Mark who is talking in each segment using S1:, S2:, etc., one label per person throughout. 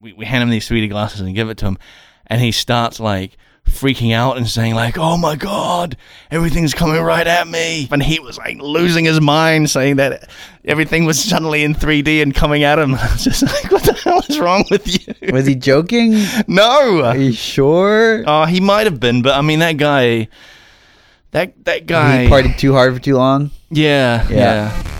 S1: we, we hand him these 3D glasses and give it to him, and he starts like freaking out and saying like, "Oh my god, everything's coming right at me!" And he was like losing his mind, saying that everything was suddenly in 3D and coming at him. I was just like, "What the hell is wrong with you?"
S2: Was he joking? Are
S1: No,
S2: you sure?
S1: oh, he might have been, but I mean that guy, that that guy,
S2: He partied too hard for too long.
S1: yeah,
S2: Yeah.
S1: yeah.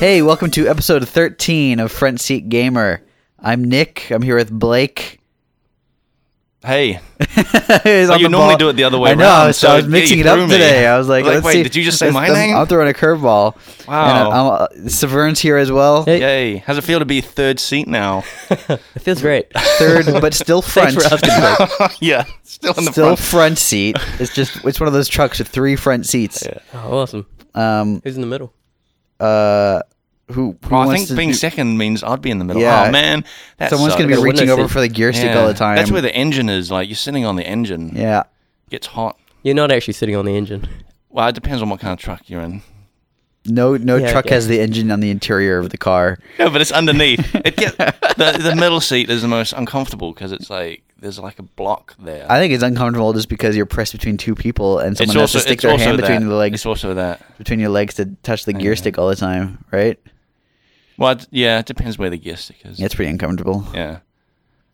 S2: Hey, welcome to episode 13 of Front Seat Gamer. I'm Nick. I'm here with Blake.
S1: Hey,
S2: He's
S1: Well,
S2: on
S1: you
S2: the
S1: normally
S2: ball.
S1: do it the other way
S2: I know.
S1: around,
S2: I was-
S1: so
S2: I was
S1: yeah,
S2: mixing
S1: you
S2: it
S1: threw
S2: up
S1: me.
S2: today. I was like,
S1: Like,
S2: let's
S1: wait,
S2: see.
S1: did you just say
S2: I'm-
S1: my
S2: I'm-
S1: name?
S2: I'm throwing a
S1: Wow.
S2: curveball. And I'm, uh, Severn's here as well.
S3: Hey.
S1: yay! How's it feel to be third seat now?
S3: It feels great.
S2: Third, but still front.
S3: Thanks for asking. Blake.
S1: yeah, still in the
S2: Still
S1: front.
S2: front seat. It's just it's one of those trucks with three front seats.
S3: Oh, awesome.
S2: Um,
S3: Who's in the middle?
S2: uh, who? who
S1: Oh, I
S2: wants
S1: think
S2: to
S1: being
S2: do-
S1: second means I'd be in the middle.
S2: Yeah.
S1: Oh man, that
S2: someone's
S1: sucks.
S2: going to be
S3: Got a
S2: reaching
S3: window
S2: over
S3: seat.
S2: for the gear stick
S1: Yeah.
S2: all the time.
S1: That's where the engine is. Like you're sitting on the engine.
S2: yeah.
S1: gets hot.
S3: You're not actually sitting on the engine.
S1: Well, it depends on what kind of truck you're in.
S2: No, no
S3: Yeah,
S2: truck
S3: yeah.
S2: has the engine on the interior of the car.
S1: No, but it's underneath. it get, the the middle seat is the most uncomfortable because it's like there's like a block there.
S2: I think it's uncomfortable just because you're pressed between two people and someone
S1: it's
S2: has
S1: also
S2: to stick
S1: it's
S2: their
S1: also
S2: hand between
S1: that.
S2: the legs
S1: It's also that.
S2: between your legs to touch the gear stick all the time, right?
S1: Well, it, yeah, it depends where the gear stick is.
S2: That's pretty uncomfortable.
S1: Yeah.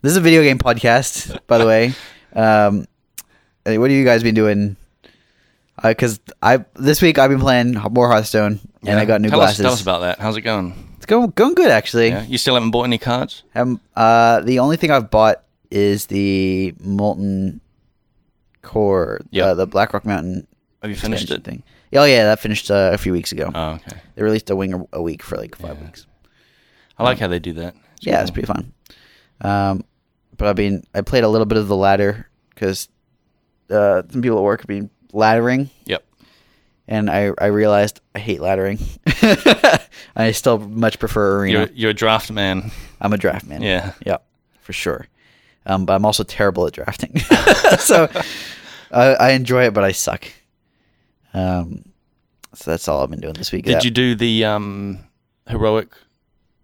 S2: This is a video game podcast, by the way. Um, hey, what have you guys been doing? Because I this week I've been playing more Hearthstone and I
S1: Yeah.
S2: got new
S1: tell
S2: glasses.
S1: Us, tell us about that. How's it going?
S2: it's going going good actually.
S1: Yeah. You still haven't bought any cards?
S2: Um, uh, the only thing I've bought is the molten core,
S1: Yep.
S2: uh, the Black Rock Mountain
S1: Have you finished
S2: expansion
S1: it?
S2: thing. Oh yeah, that finished uh, a few weeks ago.
S1: Oh, okay.
S2: They released a wing a- a week for like five weeks.
S1: I like how they do that. It's
S2: yeah, it's
S1: cool.
S2: pretty fun. Um, but I mean, I played a little bit of the ladder because uh, some people at work have been laddering,
S1: Yep.
S2: and I, I realized I hate laddering. I still much prefer arena.
S1: You're you're a draft man.
S2: I'm a draft man.
S1: Yeah.
S2: Yeah, for sure. Um, but I'm also terrible at drafting, so I, I enjoy it, but I suck. Um, so that's all I've been doing this week.
S1: Did
S2: Yeah.
S1: you do the um, heroic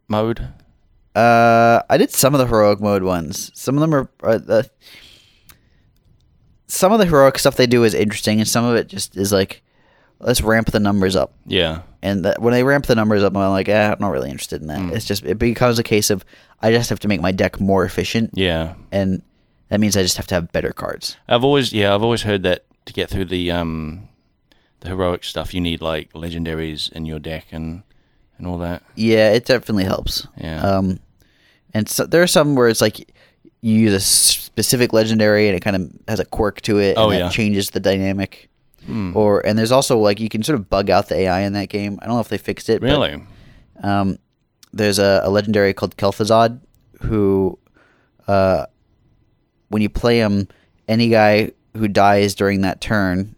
S1: mode?
S2: Uh, I did some of the heroic mode ones. Some of them are, are the some of the heroic stuff they do is interesting, and some of it just is like, let's ramp the numbers up.
S1: Yeah.
S2: And that, when they ramp the numbers up, I'm like, eh, I'm not really interested in that.
S1: Hmm.
S2: It's just it becomes a case of I just have to make my deck more efficient,
S1: Yeah.
S2: and that means I just have to have better cards.
S1: I've always yeah, I've always heard that to get through the um the heroic stuff you need like legendaries in your deck and and all that.
S2: Yeah, it definitely helps.
S1: Yeah.
S2: Um, and so there are some where it's like you use a specific legendary and it kind of has a quirk to it. And
S1: Oh,
S2: that
S1: yeah.
S2: changes the dynamic.
S1: Hmm.
S2: Or and there's also like you can sort of bug out the AI in that game. I don't know if they fixed it. but,
S1: Really?
S2: um, there's a, a legendary called Kel'Thuzad who, uh, when you play him, any guy who dies during that turn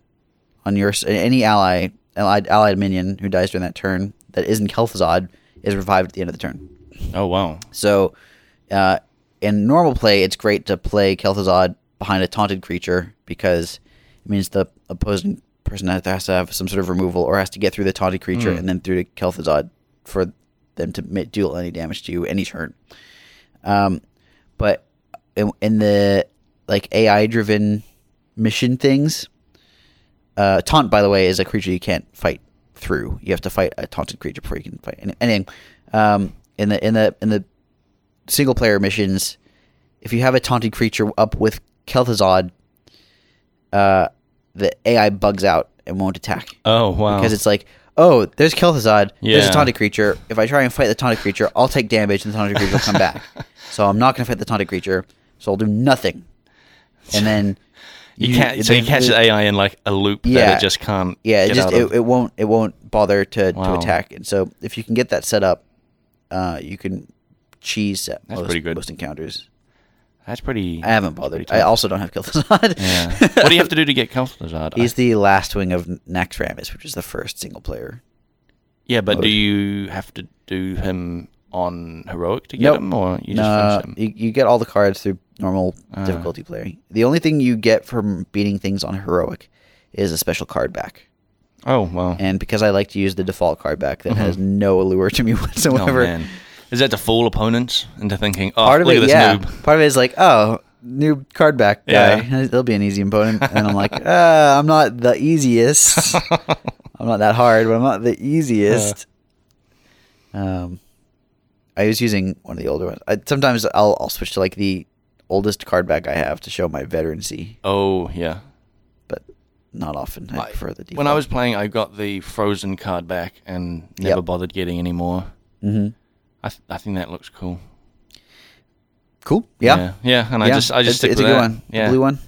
S2: on your s- any ally allied, allied minion who dies during that turn that isn't Kel'Thuzad is revived at the end of the turn.
S1: Oh wow.
S2: So, uh, in normal play, it's great to play Kel'Thuzad behind a taunted creature because it means the opposing person has to, has to have some sort of removal or has to get through the taunted creature and then through to Kel'Thuzad for them to ma- deal any damage to you any turn. Um, but in, in the like AI driven mission things, uh, taunt by the way is a creature you can't fight through. You have to fight a taunted creature before you can fight any, anything. Um, in the in the in the single player missions, if you have a taunted creature up with Kel'Thuzad, uh, the AI bugs out and won't attack
S1: Oh wow.
S2: because it's like, oh, there's Kel'Thuzad, there's a
S1: Yeah.
S2: taunted creature. If I try and fight the taunted creature, I'll take damage and the taunted creature will come back. so I'm not going to fight the taunted creature, so I'll do nothing. And then
S1: you, can't so you catch the AI in like a loop
S2: Yeah.
S1: that it just can't
S2: yeah, it
S1: get
S2: just
S1: out of.
S2: it, it won't it won't bother to,
S1: Wow.
S2: to attack. And so if you can get that set up, uh, you can cheese at
S1: That's
S2: most,
S1: pretty good.
S2: most encounters.
S1: That's pretty
S2: I haven't bothered. I also don't have Kel'Thuzad.
S1: Yeah. what do you have to do to get Kel'Thuzad? I-
S2: He's the last wing of Naxxramas, which is the first single player.
S1: Yeah, but
S2: mode.
S1: do you have to do him on heroic to get
S2: Nope.
S1: him, or you just
S2: No,
S1: finish him?
S2: you, you get all the cards through normal
S1: Ah.
S2: difficulty play. The only thing you get from beating things on heroic is a special card back.
S1: Oh well.
S2: And because I like to use the default card back, that has no allure to me
S1: Mm-hmm. Oh,
S2: whatsoever.
S1: man. Is that to fool opponents into thinking, oh,
S2: Part of
S1: look
S2: it,
S1: at this
S2: yeah.
S1: noob?
S2: Part of it is like, oh, new card back guy.
S1: Yeah.
S2: He'll be an easy opponent. And I'm like, uh, I'm not the easiest. I'm not that hard, but I'm not the easiest. Um, I was using one of the older ones. I, sometimes I'll I'll switch to like the oldest card back I have to show my veterancy,
S1: Oh yeah.
S2: but not often. I, prefer the default.
S1: When I was playing, I got the frozen card back and never
S2: Yep.
S1: bothered getting any more.
S2: Mhm.
S1: I th- I think that looks cool.
S2: cool, yeah,
S1: yeah, Yeah, and I
S2: Yeah.
S1: just I just
S2: it's,
S1: stick
S2: it's
S1: with
S2: a good
S1: that.
S2: one. The
S1: Yeah,
S2: blue one,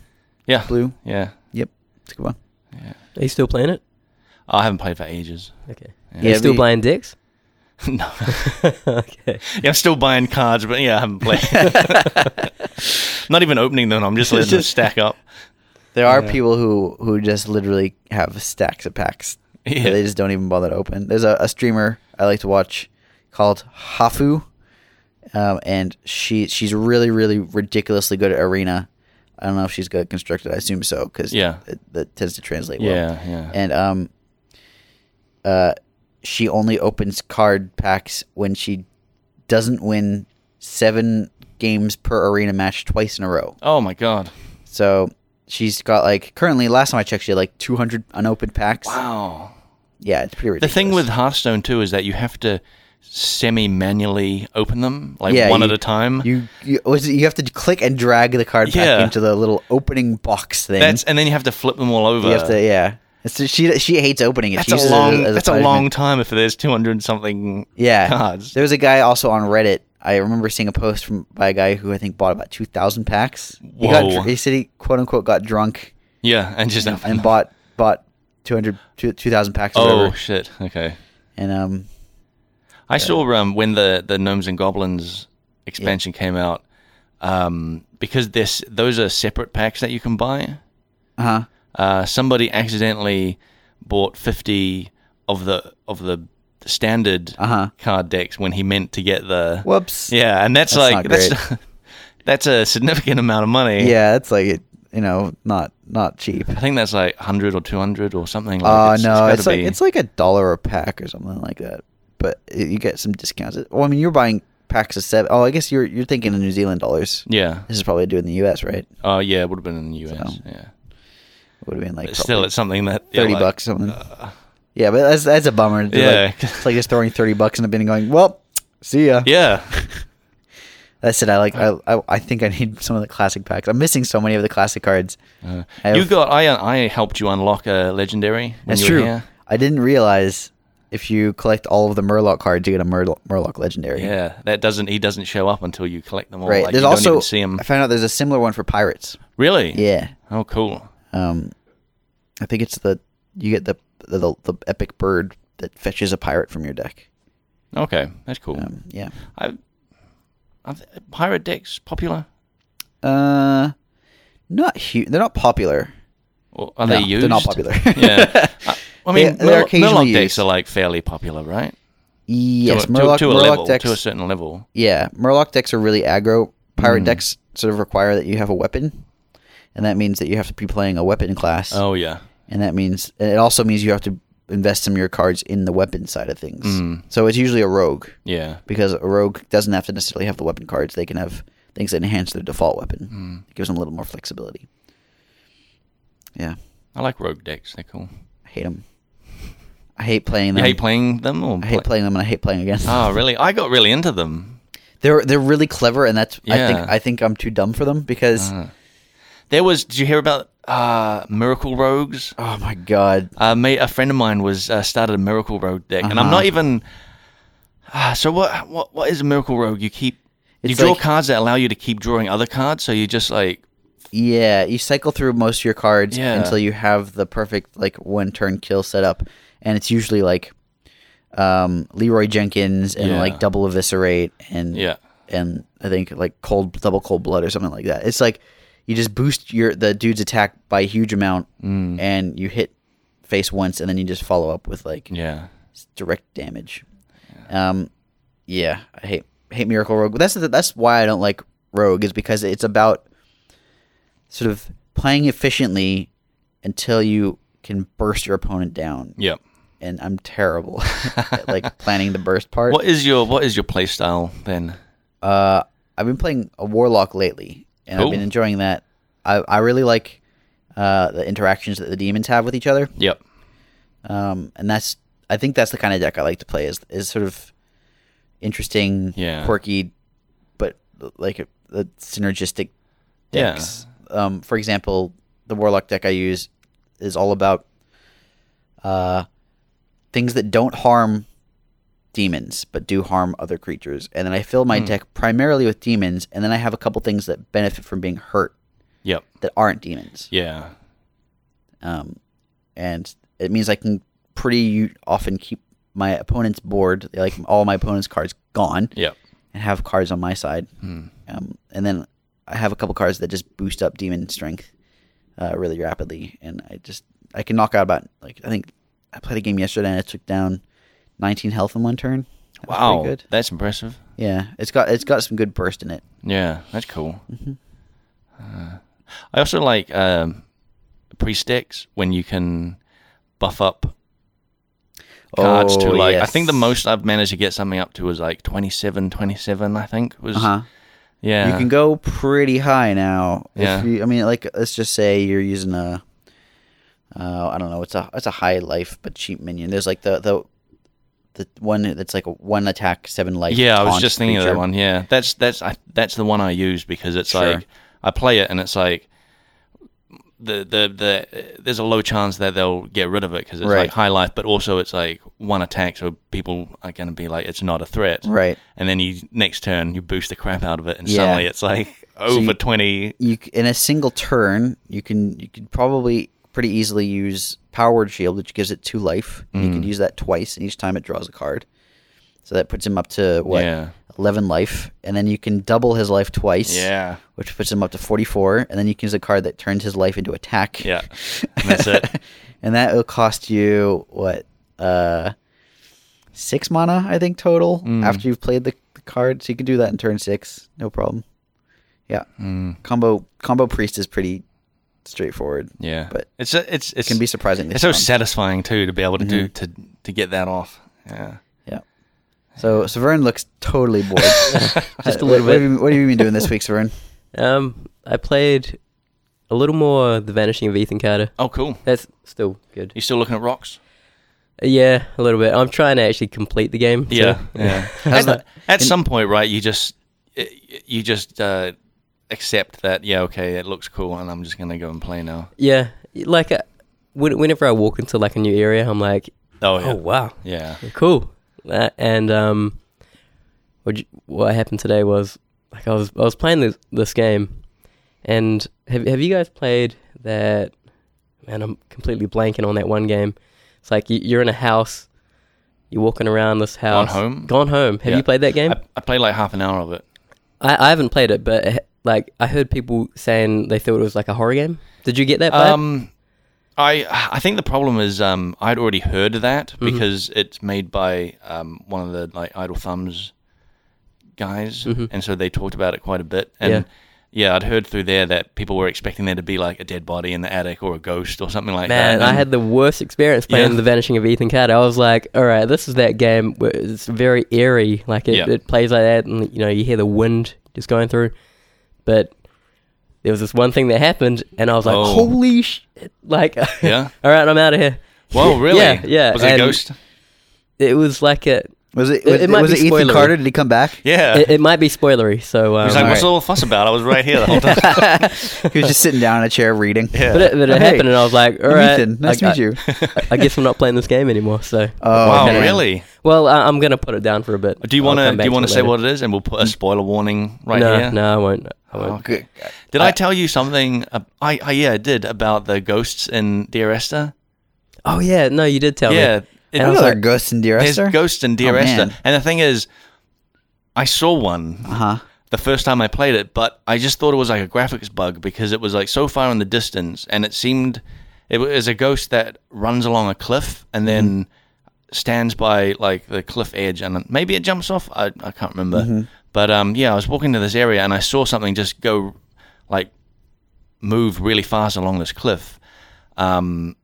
S1: yeah,
S2: blue.
S1: yeah.
S2: Yep, it's a good one.
S3: Are you still playing it?
S1: Oh, I haven't played for ages.
S3: Okay.
S1: Yeah.
S3: Are you still
S2: the-
S3: playing dicks?
S1: no,
S3: okay.
S1: yeah, I'm still buying cards, but yeah, I haven't played. Not even opening them. I'm just letting them stack up.
S2: There are people who who just literally have stacks of packs. that
S1: Yeah.
S2: They just don't even bother to open. There's a, a streamer I like to watch called Hafu, um, and she she's really really ridiculously good at arena. I don't know if she's good at constructed. I assume so because
S1: Yeah.
S2: that tends to translate well.
S1: Yeah, yeah.
S2: And um, uh, she only opens card packs when she doesn't win seven games per arena match twice in a row.
S1: oh my god!
S2: So she's got like currently last time I checked she had like 200 unopened packs.
S1: Wow.
S2: Yeah, it's pretty
S1: The
S2: ridiculous.
S1: thing with Hearthstone too is that you have to semi-manually open them, like
S2: Yeah,
S1: one
S2: you-
S1: at a time.
S2: you you, was it- you have to click and drag the card
S1: Yeah.
S2: back into the little opening box thing.
S1: That's and then you have to flip them all over.
S2: you have to yeah. It's, she she hates opening it.
S1: that's
S2: she uses
S1: a
S2: it
S1: long.
S2: as a
S1: that's a
S2: punishment.
S1: long time if there's two hundred something.
S2: yeah.
S1: cards.
S2: There was a guy also on Reddit. I remember seeing a post from by a guy who I think bought about 2,000 packs. He got
S1: Whoa.
S2: dr- he said he quote unquote got drunk
S1: Yeah, and just open
S2: and
S1: them.
S2: bought bought 200 two- 2,000 packs or
S1: Oh
S2: whatever.
S1: shit! Okay.
S2: And um
S1: I saw um, when the the Gnomes and Goblins expansion came out, um, because this those are separate packs that you can buy.
S2: uh-huh.
S1: Uh, somebody accidentally bought fifty of the of the standard
S2: Uh-huh.
S1: card decks when he meant to get the
S2: Whoops.
S1: yeah, and that's,
S2: That's
S1: like
S2: not
S1: that's that's a significant amount of money.
S2: Yeah, it's like it, you know, not not cheap.
S1: I think that's like hundred or two hundred or something. Like
S2: Uh
S1: it's,
S2: no,
S1: gotta
S2: it's, like
S1: be-
S2: it's like a dollar a pack or something like that. But i- you get some discounts. Well, I mean, you're buying packs of seven. Oh, I guess you're you're thinking in New Zealand dollars.
S1: yeah.
S2: This is probably due in the U.S., right?
S1: Oh yeah, it would have been in the US.
S2: So,
S1: yeah,
S2: It would have been like
S1: but still,
S2: probably
S1: it's something that yeah,
S2: thirty
S1: like- uh,
S2: bucks or something. yeah, but that's that's a bummer. It's
S1: Yeah.
S2: like, it's like just throwing thirty bucks in a bin and going, "Well, see ya."
S1: Yeah. Uh-huh.
S2: That's it. I like. I, I I think I need some of the classic packs. I'm missing so many of the classic cards.
S1: Uh,
S2: I have-
S1: you got. I I helped you unlock a legendary. When
S2: That's
S1: you
S2: true.
S1: Were here.
S2: I didn't realize if you collect all of the Murloc cards, you get a Murloc, Murloc legendary.
S1: Yeah, that doesn't. He doesn't show up until you collect them all.
S2: Right.
S1: Like,
S2: there's
S1: you
S2: also
S1: don't even see him.
S2: I found out there's a similar one for pirates.
S1: Really?
S2: Yeah.
S1: Oh, cool.
S2: Um, I think it's the you get the the, the, the epic bird that fetches a pirate from your deck.
S1: Okay, that's cool.
S2: Um, yeah.
S1: I, I th- pirate decks popular,
S2: Uh, not huge. They're not popular.
S1: or are
S2: No,
S1: they used?
S2: They're not popular.
S1: yeah. I, I
S2: They-
S1: mean,
S2: they're
S1: Murloc,
S2: occasionally
S1: Murloc decks
S2: used.
S1: are like fairly popular, right?
S2: yes,
S1: to, a- to-
S2: Murloc,
S1: to, a
S2: Murloc
S1: level,
S2: decks.
S1: to a certain level.
S2: yeah, Murloc decks are really aggro.
S1: Hmm.
S2: Pirate decks sort of require that you have a weapon, and that means that you have to be playing a weapon class.
S1: Oh yeah.
S2: and that means and it also means you have to invest some of your cards in the weapon side of things.
S1: Hmm.
S2: So it's usually a rogue
S1: Yeah.
S2: because a rogue doesn't have to necessarily have the weapon cards; they can have things that enhance their default
S1: Hmm.
S2: weapon. It gives them a little more flexibility. Yeah,
S1: I like rogue decks. They're cool.
S2: I hate them. I hate playing
S1: You
S2: them.
S1: hate playing them, or
S2: I hate playing them, and I hate playing against them.
S1: Oh, really? I got really into them.
S2: They're they're really clever, and that's I think
S1: Yeah. Uh-huh.
S2: I think I'm too dumb for them because
S1: Ah. There was. Did you hear about uh, Miracle Rogues?
S2: oh my god,
S1: Uh, mate, a friend of mine was uh, started a Miracle Rogue deck, and
S2: Uh-huh.
S1: I'm not even. Uh, so what? What? What is a Miracle Rogue? You keep. you
S2: It's
S1: draw
S2: like-
S1: cards that allow you to keep drawing other cards, so you just like.
S2: Yeah, you cycle through most of your cards
S1: Yeah.
S2: until you have the perfect like one turn kill setup, and it's usually like um, Leroy Jenkins and
S1: Yeah.
S2: like double eviscerate and
S1: Yeah.
S2: and I think like cold double cold blood or something like that. It's like you just boost your the dude's attack
S1: Mm.
S2: by a huge amount, and you hit face once, and then you just follow up with like
S1: Yeah.
S2: It's direct damage. Um, yeah, I hate hate Miracle Rogue. That's the, that's why I don't like Rogue is because it's about sort of playing efficiently until you can burst your opponent down.
S1: Yep.
S2: And I'm terrible at like planning the burst part.
S1: What is your what is your play style then?
S2: Uh, I've been playing a warlock lately, and I've
S1: Cool.
S2: been enjoying that. I I really like uh, the interactions that the demons have with each other.
S1: Yep.
S2: Um, and that's I think that's the kind of deck I like to play is is sort of interesting,
S1: Yeah.
S2: quirky, but like a, the synergistic
S1: Yeah.
S2: decks. Um, for example, the warlock deck I use is all about uh, things that don't harm demons but do harm other creatures, and then I fill
S1: Hmm.
S2: my deck primarily with demons, and then I have a couple things that benefit from being hurt
S1: Yep.
S2: that aren't demons
S1: Yeah.
S2: um, and it means I can pretty often keep my opponent's board, like all my opponent's cards, gone,
S1: Yep.
S2: and have cards on my side.
S1: Hmm.
S2: Um, and then I have a couple cards that just boost up demon strength uh, really rapidly, and I just I can knock out about like I think I played a game yesterday and I took down 19 health in one turn. That was
S1: Wow.
S2: pretty good.
S1: That's impressive.
S2: Yeah, it's got it's got some good burst in it.
S1: Yeah, that's cool.
S2: Mm-hmm.
S1: Uh, I also like um, pre sticks when you can buff up cards to
S2: Oh,
S1: like I
S2: yes.
S1: think the most I've managed to get something up to was like 27 27 I think was
S2: Uh-huh.
S1: yeah
S2: You can go pretty high now.
S1: Yeah.
S2: If you, I mean, like, let's just say you're using a, uh, I don't know, it's a it's a high life but cheap minion. There's like the the, the one that's like a one attack seven life.
S1: yeah I was
S2: taunt
S1: just thinking of
S2: creature.
S1: that one yeah that's that's I, that's the one I use because it's
S2: Sure.
S1: like I play it and it's like the the the there's a low chance that they'll get rid of it because it's
S2: Right.
S1: like high life but also it's like one attack so people are going to be like it's not a threat
S2: Right.
S1: and then you next turn you boost the crap out of it and
S2: Yeah.
S1: suddenly it's like over
S2: you-
S1: 20
S2: You c- in a single turn, you can you could probably pretty easily use powered shield, which gives it two life. You
S1: Mm.
S2: could use that twice, and each time it draws a card. So that puts him up to what
S1: Yeah.
S2: eleven life, and then you can double his life twice.
S1: yeah
S2: which puts him up to 44, and then you can use a card that turns his life into attack.
S1: yeah and that's it
S2: And that will cost you, what, uh, six mana, I think, total
S1: Mm.
S2: after you've played the, the card. So you can do that in turn six, no problem. Yeah.
S1: Mm.
S2: Combo combo priest is pretty straightforward.
S1: Yeah,
S2: But
S1: it's a- it's it's
S2: Can be surprisingly
S1: it's so
S2: strong.
S1: satisfying too to be able to do to to get that off. Yeah,
S2: Yeah. So Severn looks totally bored.
S3: Just a
S2: Uh,
S3: little
S2: what, What
S3: bit.
S2: have, you, what have you been doing this week, Severn?
S3: Um, I played a little more The Vanishing of Ethan Carter.
S1: Oh, cool.
S3: That's still good.
S1: You still looking at rocks?
S3: Uh, Yeah, a little bit. I'm trying to actually complete the game. so-
S1: Yeah, yeah. at
S2: How's that-
S1: at some point, right? You just you just uh, accept that. Yeah, okay, it looks cool, and I'm just gonna go and play now.
S3: Yeah, like uh, when- whenever I walk into like a new area, I'm like,
S1: Oh yeah,
S3: oh wow,
S1: yeah.
S3: cool. That, and um, what j- what happened today was like I was I was playing this this game, and have have you guys played that? Man, I'm completely blanking on that one game. It's like you, you're in a house, you're walking around this house.
S1: Home?
S3: Gone home. Have
S1: Yeah.
S3: you played that game?
S1: I, I played like half an hour of it.
S3: I, I haven't played it, but it, like I heard people saying they thought it was like a horror game. Did you get that? vibe?
S1: Um, I I think the problem is um, I'd already heard of that
S3: Mm-hmm.
S1: because it's made by um, one of the like Idle Thumbs guys,
S3: Mm-hmm.
S1: and so they talked about it quite a bit. And yeah. I'd heard through there that people were expecting there to be like a dead body in the attic or a ghost or something like that.
S3: Man, I
S1: and-
S3: had the worst experience playing
S1: Yeah.
S3: The Vanishing of Ethan Carter. I was like, all right, this is that game. Where it's very eerie. Like it,
S1: Yeah.
S3: it plays like that, and you know you hear the wind just going through. But there was this one thing that happened, and I was like,
S1: Oh.
S3: holy shit! Like,
S1: Yeah?
S3: all right, I'm out of here.
S1: Whoa, really?
S3: Yeah, yeah,
S1: Was it a
S3: and-
S1: ghost?
S3: It was like a.
S2: Was it,
S3: It-
S2: was
S3: it
S2: it,
S3: might
S2: was
S3: be
S2: it Ethan
S3: spoilery.
S2: Carter? Did he come back?
S1: Yeah.
S3: It, it might be spoilery, so. Um,
S1: He's like,
S2: All
S1: what's
S2: right.
S1: all the fuss about? I was right here the whole time.
S2: He was just sitting down in a chair reading.
S1: Yeah.
S3: but it, but it
S2: Hey,
S3: happened, and I was like, all
S2: I'm
S3: right,
S2: Ethan, nice to
S3: I,
S2: meet you.
S3: I, I guess I'm not playing this game anymore. So.
S2: Oh,
S1: wow,
S2: man.
S1: really?
S3: Well, I, I'm gonna put it down for a bit.
S1: Do you
S3: I'll
S1: want to
S3: come
S1: do
S3: back
S1: you want
S3: it
S1: to say
S3: later. Mm.
S1: what it is, and we'll put a spoiler warning right
S3: no,
S1: here?
S3: no, I won't. I won't.
S2: Oh,
S1: Okay. Did I, tell you something? ab- I, I yeah, I did about the ghosts in Dear Esther.
S3: Oh yeah, no, you did tell
S1: Yeah,
S3: me.
S1: it-
S3: I
S2: I
S3: was
S2: know there are
S3: like,
S2: ghosts in Dear
S1: there's
S2: Esther.
S1: ghosts in Dear
S2: Oh,
S1: Esther,
S2: man.
S1: and the thing is, I saw one
S2: Uh-huh.
S1: the first time I played it, but I just thought it was like a graphics bug because it was like so far in the distance, and it seemed it was a ghost that runs along a cliff and then stands by like the cliff edge, and maybe it jumps off. I, I can't remember. But um, yeah, I was walking to this area and I saw something just go, like, move really fast along this cliff. Um,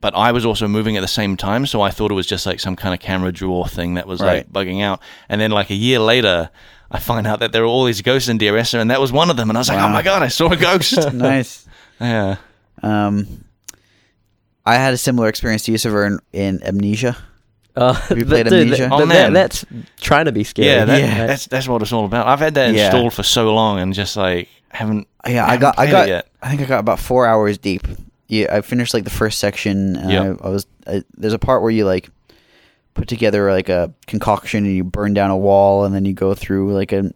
S1: but I was also moving at the same time, so I thought it was just like some kind of camera draw thing that was
S2: Right.
S1: like bugging out. And then like a year later, I find out that there are all these ghosts in Dear Esther, and that was one of them. And I was like, oh my god, I saw a ghost.
S2: nice.
S1: yeah.
S2: Um, I had a similar experience to you, Severn, in Amnesia.
S3: Uh,
S2: you played
S3: dude,
S2: Amnesia?
S3: that-
S1: Oh,
S3: that-
S1: man.
S3: that's trying to be scary.
S1: Yeah, that,
S2: Yeah.
S1: that's that's what it's all about. I've had that
S2: Yeah.
S1: installed for so long and just like haven't.
S2: Yeah, I
S1: haven't
S2: got, I
S1: played it
S2: got,
S1: yet.
S2: I think I got about four hours deep. Yeah, I finished like the first section. And
S1: Yep.
S2: I, I was I, there's a part where you like put together like a concoction and you burn down a wall and then you go through like a,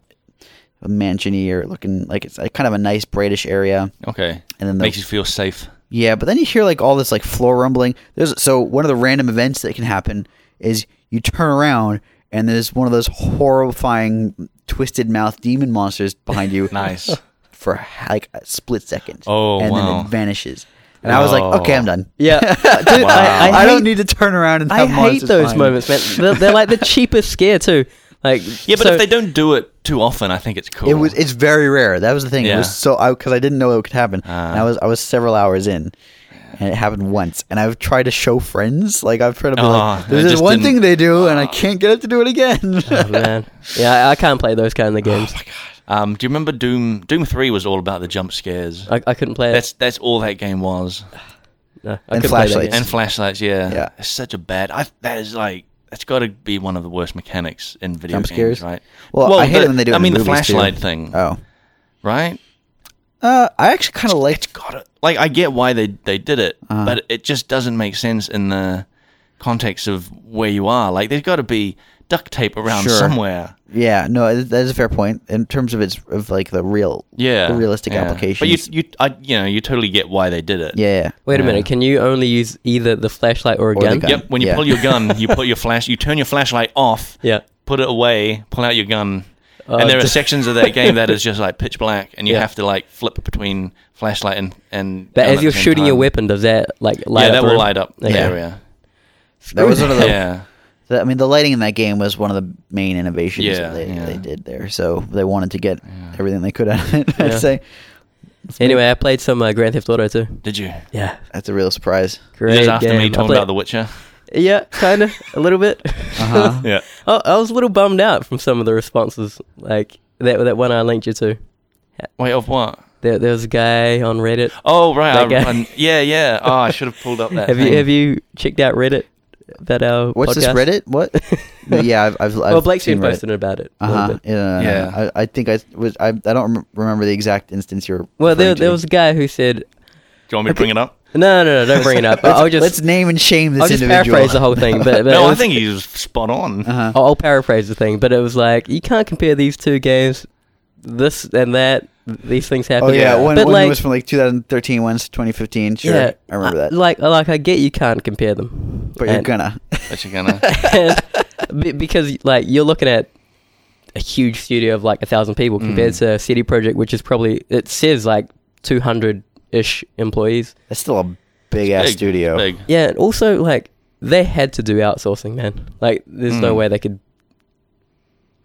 S2: a mansiony or looking like it's like kind of a nice British area
S1: Okay,
S2: and then the,
S1: makes you feel safe.
S2: yeah, but then you hear like all this like floor rumbling. There's so one of the random events that can happen is you turn around and there's one of those horrifying twisted mouth demon monsters behind you.
S1: Nice.
S2: For like a split second.
S1: Oh,
S2: and
S1: wow.
S2: then it vanishes. And I was like,
S1: Oh.
S2: okay, I'm done.
S3: Yeah, dude,
S1: Wow.
S3: I, I,
S2: I, don't
S3: hate-
S2: need to turn around and
S3: I
S2: have
S3: hate
S2: monsters
S3: those
S2: behind me.
S3: moments, man. They're, they're like the cheapest scare too. Like
S1: Yeah, but
S3: so-
S1: if they don't do it too often, I think it's cool.
S2: It was. It's very rare. That was the thing. It
S1: Yeah. Uh.
S2: was so I because I didn't know it could happen. and I was I was several hours in, and it happened once. And I've tried to show friends. Like I've tried to be
S1: Ah,
S2: like,
S1: it
S2: there's this
S1: just
S2: one
S1: didn't-
S2: thing they do, and I can't get it to do it again.
S3: Oh, man, yeah, I, I can't play those
S1: Oh,
S3: kind of games.
S1: Um, do you remember Doom? Doom Three was all about the jump scares.
S3: I, I couldn't play it.
S1: That's that's all that game was.
S3: No, I
S2: And
S3: couldn't play that
S2: flashlights.
S3: game.
S1: And flashlights, yeah.
S2: Yeah.
S1: It's such a bad. I, that is like. That's got to be one of the worst mechanics in video
S2: Jump
S1: games,
S2: scares?
S1: right?
S2: Well, I hate
S1: the-
S2: it when they do.
S1: I
S2: it in
S1: mean, the Uh,
S2: movies, too.
S1: flashlight thing,
S2: Oh,
S1: right?
S2: uh, I actually kind of like.
S1: got it. Like I get why they they did it,
S3: Uh-huh.
S1: but it just doesn't make sense in the context of where you are. Like there's got to be duct tape around
S2: Sure.
S1: somewhere.
S2: Yeah, no, that that is a fair point in terms of its of like the real,
S1: Yeah,
S2: the realistic
S1: yeah.
S2: applications.
S1: But you you I, you know you totally get why they did it.
S2: yeah, yeah.
S3: Wait a
S1: Yeah.
S3: minute. Can you only use either the flashlight or a
S2: Or the
S3: gun?
S2: gun.
S1: Yep. When you
S2: Yeah.
S1: pull your gun, you put your flash. You turn your flashlight off.
S3: Yeah.
S1: Put it away. Pull out your gun.
S3: Uh,
S1: and there are
S3: d-
S1: sections of that game that is just like pitch black, and you
S3: Yeah.
S1: have to like flip between flashlight and and.
S3: But
S1: gun at
S3: as
S1: the
S3: you're
S1: same
S3: shooting your
S1: time.
S3: weapon, does that like light
S1: yeah,
S3: up?
S1: that
S3: the
S1: will
S3: room?
S1: light up the
S3: Okay.
S1: area.
S2: That was one of the
S1: Yeah.
S2: The- I mean, the lighting in that game was one of the main innovations
S1: Yeah,
S2: that they,
S1: yeah.
S2: they did there. So they wanted to get everything they could out of it. I'd
S3: Yeah.
S2: say
S3: Anyway, I played some uh, Grand Theft Auto too.
S1: Did you?
S3: Yeah,
S2: that's a real surprise.
S1: You
S3: great
S1: Just after
S3: game.
S1: me
S3: I
S1: talking
S3: played-
S1: about The Witcher.
S3: yeah, kind of a little bit.
S2: Uh-huh.
S1: Yeah.
S3: I, I was a little bummed out from some of the responses, like that that one I linked you to.
S1: Wait, of what?
S3: There, there was a guy on Reddit.
S1: Oh right,
S3: That
S1: I,
S3: guy.
S1: I- yeah, yeah. Oh, I should have pulled up that.
S3: have
S1: thing.
S3: you have you checked out Reddit about our
S2: What's this Reddit?
S3: podcast?
S2: What? yeah, I've, I've, I've
S3: well, Blake's
S2: seen
S3: been
S2: Reddit.
S3: posting about it. a
S2: Uh
S3: little
S2: huh.
S3: bit.
S2: Yeah,
S1: Yeah.
S2: yeah. I, I think I was. I, I don't rem- remember the exact instance you're.
S3: Well, there,
S2: referring to.
S3: there was a guy who said,
S1: Do you want me to bring it up?
S3: "No, no, no, don't bring it up.
S2: Let's,
S3: I'll just
S2: let's name and shame this
S3: I'll just
S2: individual.
S3: paraphrase the whole thing." But, but
S1: No,
S3: it
S1: I
S3: was-
S1: think he's spot on.
S2: Uh-huh.
S3: I'll, I'll paraphrase the thing. But it was like you can't compare these two games, this and that. These things happen.
S2: Oh yeah, one,
S3: but
S2: one
S3: like,
S2: was from like 2013, one's 2015. Sure,
S3: yeah,
S2: I remember that.
S3: Like, like I get you can't compare them,
S2: but you're
S3: And-
S2: gonna.
S1: But you're gonna.
S3: and be- because like you're looking at a huge studio of like a thousand people compared
S1: Mm.
S3: to a city project which is probably it says like 200 ish employees
S2: That's still a big ass
S1: Big,
S2: studio.
S1: Big.
S3: yeah and also like they had to do outsourcing man like there's no
S1: Mm.
S3: way they could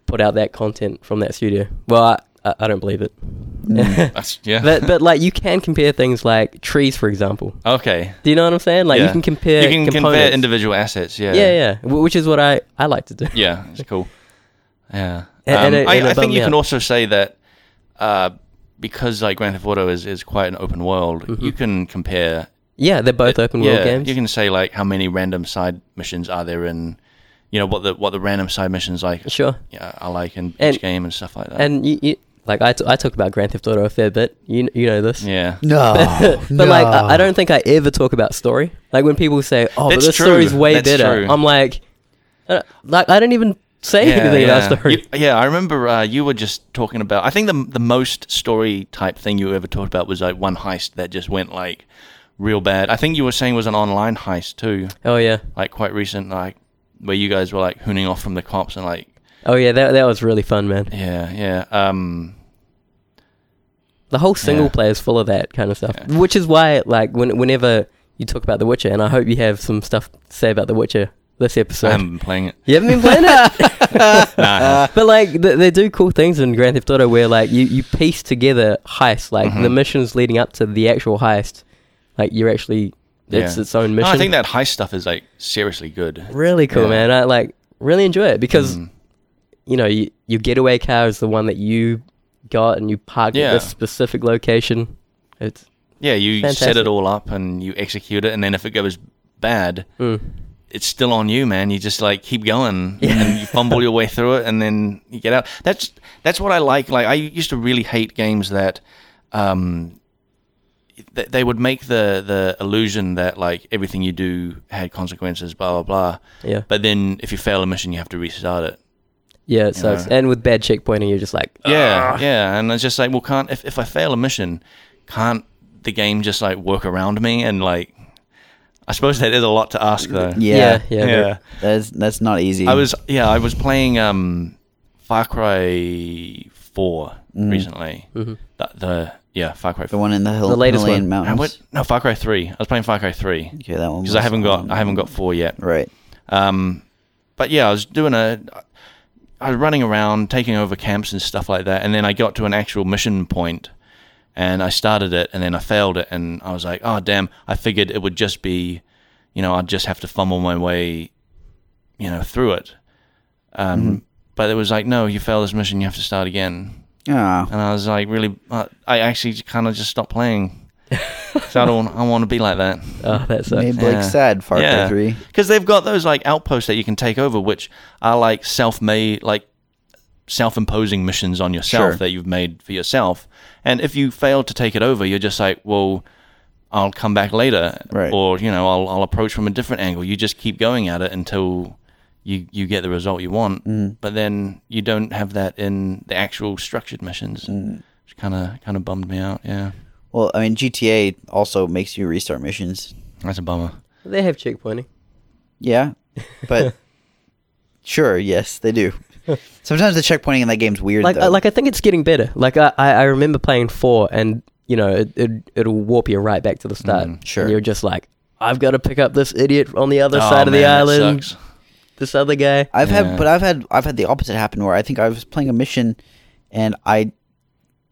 S3: put out that content from that studio well i, I, I don't believe it
S2: Mm.
S1: That's yeah.
S3: but but like you can compare things like trees for example
S1: okay.
S3: do you know what i'm saying like you
S1: Yeah.
S3: can compare
S1: you can compare
S3: components.
S1: individual assets. Yeah.
S3: yeah yeah wh- which is what i i like to do
S1: Yeah, it's cool. Yeah.
S3: And-
S1: Um,
S3: and it-
S1: I,
S3: and
S1: I
S3: it bummed
S1: think you
S3: me
S1: can
S3: out.
S1: also say that uh, because like Grand Theft Auto is, is quite an open world,
S3: Mm-hmm.
S1: you can compare
S3: yeah they're both open world
S1: yeah,
S3: games
S1: You can say like how many random side missions are there in you know what the what the random side missions like
S3: sure
S1: yeah, are like in
S3: And-
S1: each game and stuff like that.
S3: and you, you like I, t- I talk about Grand Theft Auto a fair bit. You you know this.
S1: yeah.
S2: No,
S3: but
S2: no.
S3: like I, I don't think I ever talk about story. Like when people say, "Oh, but
S1: That's
S3: this
S1: true.
S3: story's way
S1: That's
S3: better,"
S1: true.
S3: I'm like, I don't- like I don't even say anything about story.
S1: You- yeah, I remember uh, you were just talking about. I think the the most story type thing you ever talked about was like one heist that just went like real bad. I think you were saying it was an online heist too,
S3: oh yeah,
S1: like quite recent, like where you guys were like hooning off from the cops and like
S3: oh yeah, that that was really fun, man.
S1: yeah, yeah. Um,
S3: The whole single
S1: Yeah.
S3: player is full of that kind of stuff, which is why like when whenever you talk about The Witcher, and I hope you have some stuff to say about The Witcher this
S1: I
S3: episode.
S1: haven't been playing it.
S3: you haven't been playing it,
S1: Nah.
S3: but like th- they do cool things in Grand Theft Auto where like you, you piece together heists, like
S1: Mm-hmm.
S3: the missions leading up to the actual heist. Like you're actually it's
S1: Yeah.
S3: its own
S1: No,
S3: mission.
S1: I think that heist stuff is like seriously good.
S3: really cool,
S1: Yeah. Mm.
S3: man. I like really enjoy it because you know you, your getaway car is the one that you got and you parked at
S1: Yeah.
S3: this specific location. It's
S1: Yeah, you set
S3: Fantastic.
S1: it all up and you execute it, and then if it goes bad,
S3: mm.
S1: it's still on you, man. You just like keep going
S3: Yeah.
S1: and you fumble your way through it, and then you get out. That's that's what I like. Like I used to really hate games that, um, th- they would make the the illusion that like everything you do had consequences, blah blah blah.
S3: yeah,
S1: But then if you fail a mission, you have to restart it.
S3: yeah. It sucks.
S1: know.
S3: And with bad checkpointing, you're just like
S1: Yeah,
S3: Ah.
S1: yeah. And it's just like, well, can't if if I fail a mission, can't the game just like work around me and like? I suppose that is a lot to ask though.
S2: Yeah,
S3: yeah, yeah. yeah.
S2: That's that's not easy.
S1: I was yeah, I was playing um Far Cry 4 recently.
S3: "Ah." Mm-hmm.
S1: The, the yeah, Far Cry
S2: Mm. the
S1: 4.
S2: one in the hill,
S3: The latest
S2: Himalayan
S3: one.
S1: I
S2: mountains.
S1: went- no, Far Cry 3. I was playing Far Cry 3
S2: okay, that one.
S1: because I
S2: was-
S1: haven't got I haven't got 4 yet.
S2: Right.
S1: Um but yeah, I was doing a I was running around taking over camps and stuff like that and then I got to an actual mission point and I started it and then I failed it and I was like, "Oh damn, I figured it would just be, you know, I'd just have to fumble my way you know, through it." Um but it was like, "No, you fail this mission, you have to start again."
S2: Ah,
S1: And I was like, "Really I I actually kind of just stopped playing." so I don't I want to be like that.
S3: Oh, that sucks.
S2: made Blake
S1: Yeah.
S2: sad. Far Cry
S1: Yeah.
S2: Three.
S1: Because they've got those like outposts that you can take over, which are like self-made, like self-imposing missions on yourself
S2: Sure.
S1: that you've made for yourself. And if you fail to take it over, you're just like, well, I'll come back later,
S2: Right.
S1: or you know, I'll, I'll approach from a different angle. You just keep going at it until you you get the result you want.
S2: Mm.
S1: But then you don't have that in the actual structured missions,
S2: Mm.
S1: which kind of kind of bummed me out. Yeah,
S2: Well, I mean, GTA also makes you restart missions.
S1: that's a bummer.
S3: They have checkpointing.
S2: Yeah, but sure, yes, they do. Sometimes the checkpointing in that game's weird.
S3: Like,
S2: though.
S3: I, like I think it's getting better. Like, I, I I remember playing four, and you know, it, it it'll warp you right back to the start.
S1: Mm,
S2: sure.
S3: And you're just like, I've got to pick up this idiot on the other
S1: Oh,
S3: side of the
S1: man, that
S3: island.
S1: sucks.
S3: This other guy.
S2: I've had,
S1: Yeah.
S2: but I've had, I've had the opposite happen where I think I was playing a mission, and I,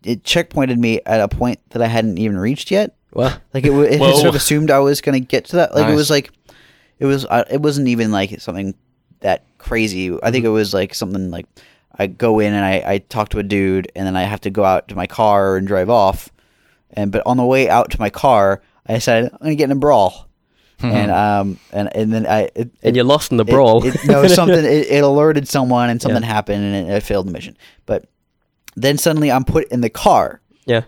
S2: it checkpointed me at a point that I hadn't even reached yet.
S3: Well,
S2: Like it, w- it had
S1: Whoa.
S2: sort of assumed I was going to get to that. Like it
S1: Nice.
S2: was like, it was, I it wasn't even like something that crazy. I
S3: Mm-hmm.
S2: think it was like something like I go in and I, I talk to a dude, and then I have to go out to my car and drive off. And but on the way out to my car, I decided I'm going to get in a brawl. and um and and then I it,
S3: Mm-hmm.
S2: it-
S3: and you're lost in the
S2: it-
S3: brawl.
S2: It, no, something. It, it alerted someone, and something happened, and it, it failed the mission. But then suddenly, I'm put in the car
S3: yeah.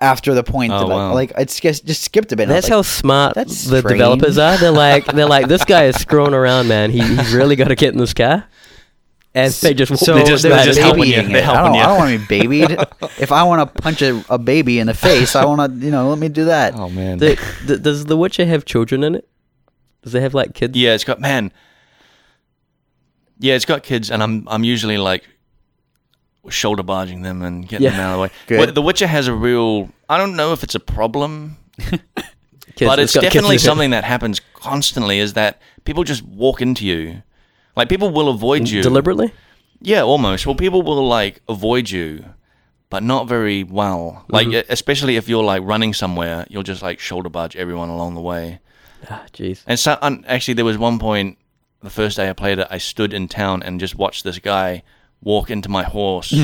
S2: after the point.
S1: Oh,
S2: that I-
S1: wow.
S2: like it's just, just skipped a bit. and I
S3: That's
S2: was
S3: how smart
S2: "That's
S3: the
S2: strange."
S3: developers are. They're like, they're like, this guy is screwing around, man. He, he's really got to get in this car. And they just
S2: like, so
S1: They're just-
S2: there was
S1: they're just helping you.
S2: babying
S1: They're
S2: it. I
S1: helping
S2: don't, I
S1: you.
S2: don't want to be babied. if I want to punch a, a baby in the face, I want to, you know, let me do that.
S1: Oh man,
S3: Th- th- does The Witcher have children in it? Does it have like kids?
S1: Yeah, it's got man. Yeah, it's got kids, and I'm I'm usually like shoulder barging them and getting
S3: Yeah.
S1: them out of the way.
S2: Good.
S1: Well, the Witcher has a real. I don't know if it's a problem,
S3: kids
S1: but it's
S3: got kids in
S1: definitely
S3: it.
S1: something that happens constantly. Is that people just walk into you, like people will avoid you
S3: deliberately.
S1: yeah, almost. Well, people will like avoid you, but not very well. Like
S3: Mm-hmm.
S1: e- especially if you're like running somewhere, you'll just like shoulder barge everyone along the way.
S3: Ah, jeez.
S1: And so, and actually, there was one point the first day I played it, I stood in town and just watched this guy walk into my horse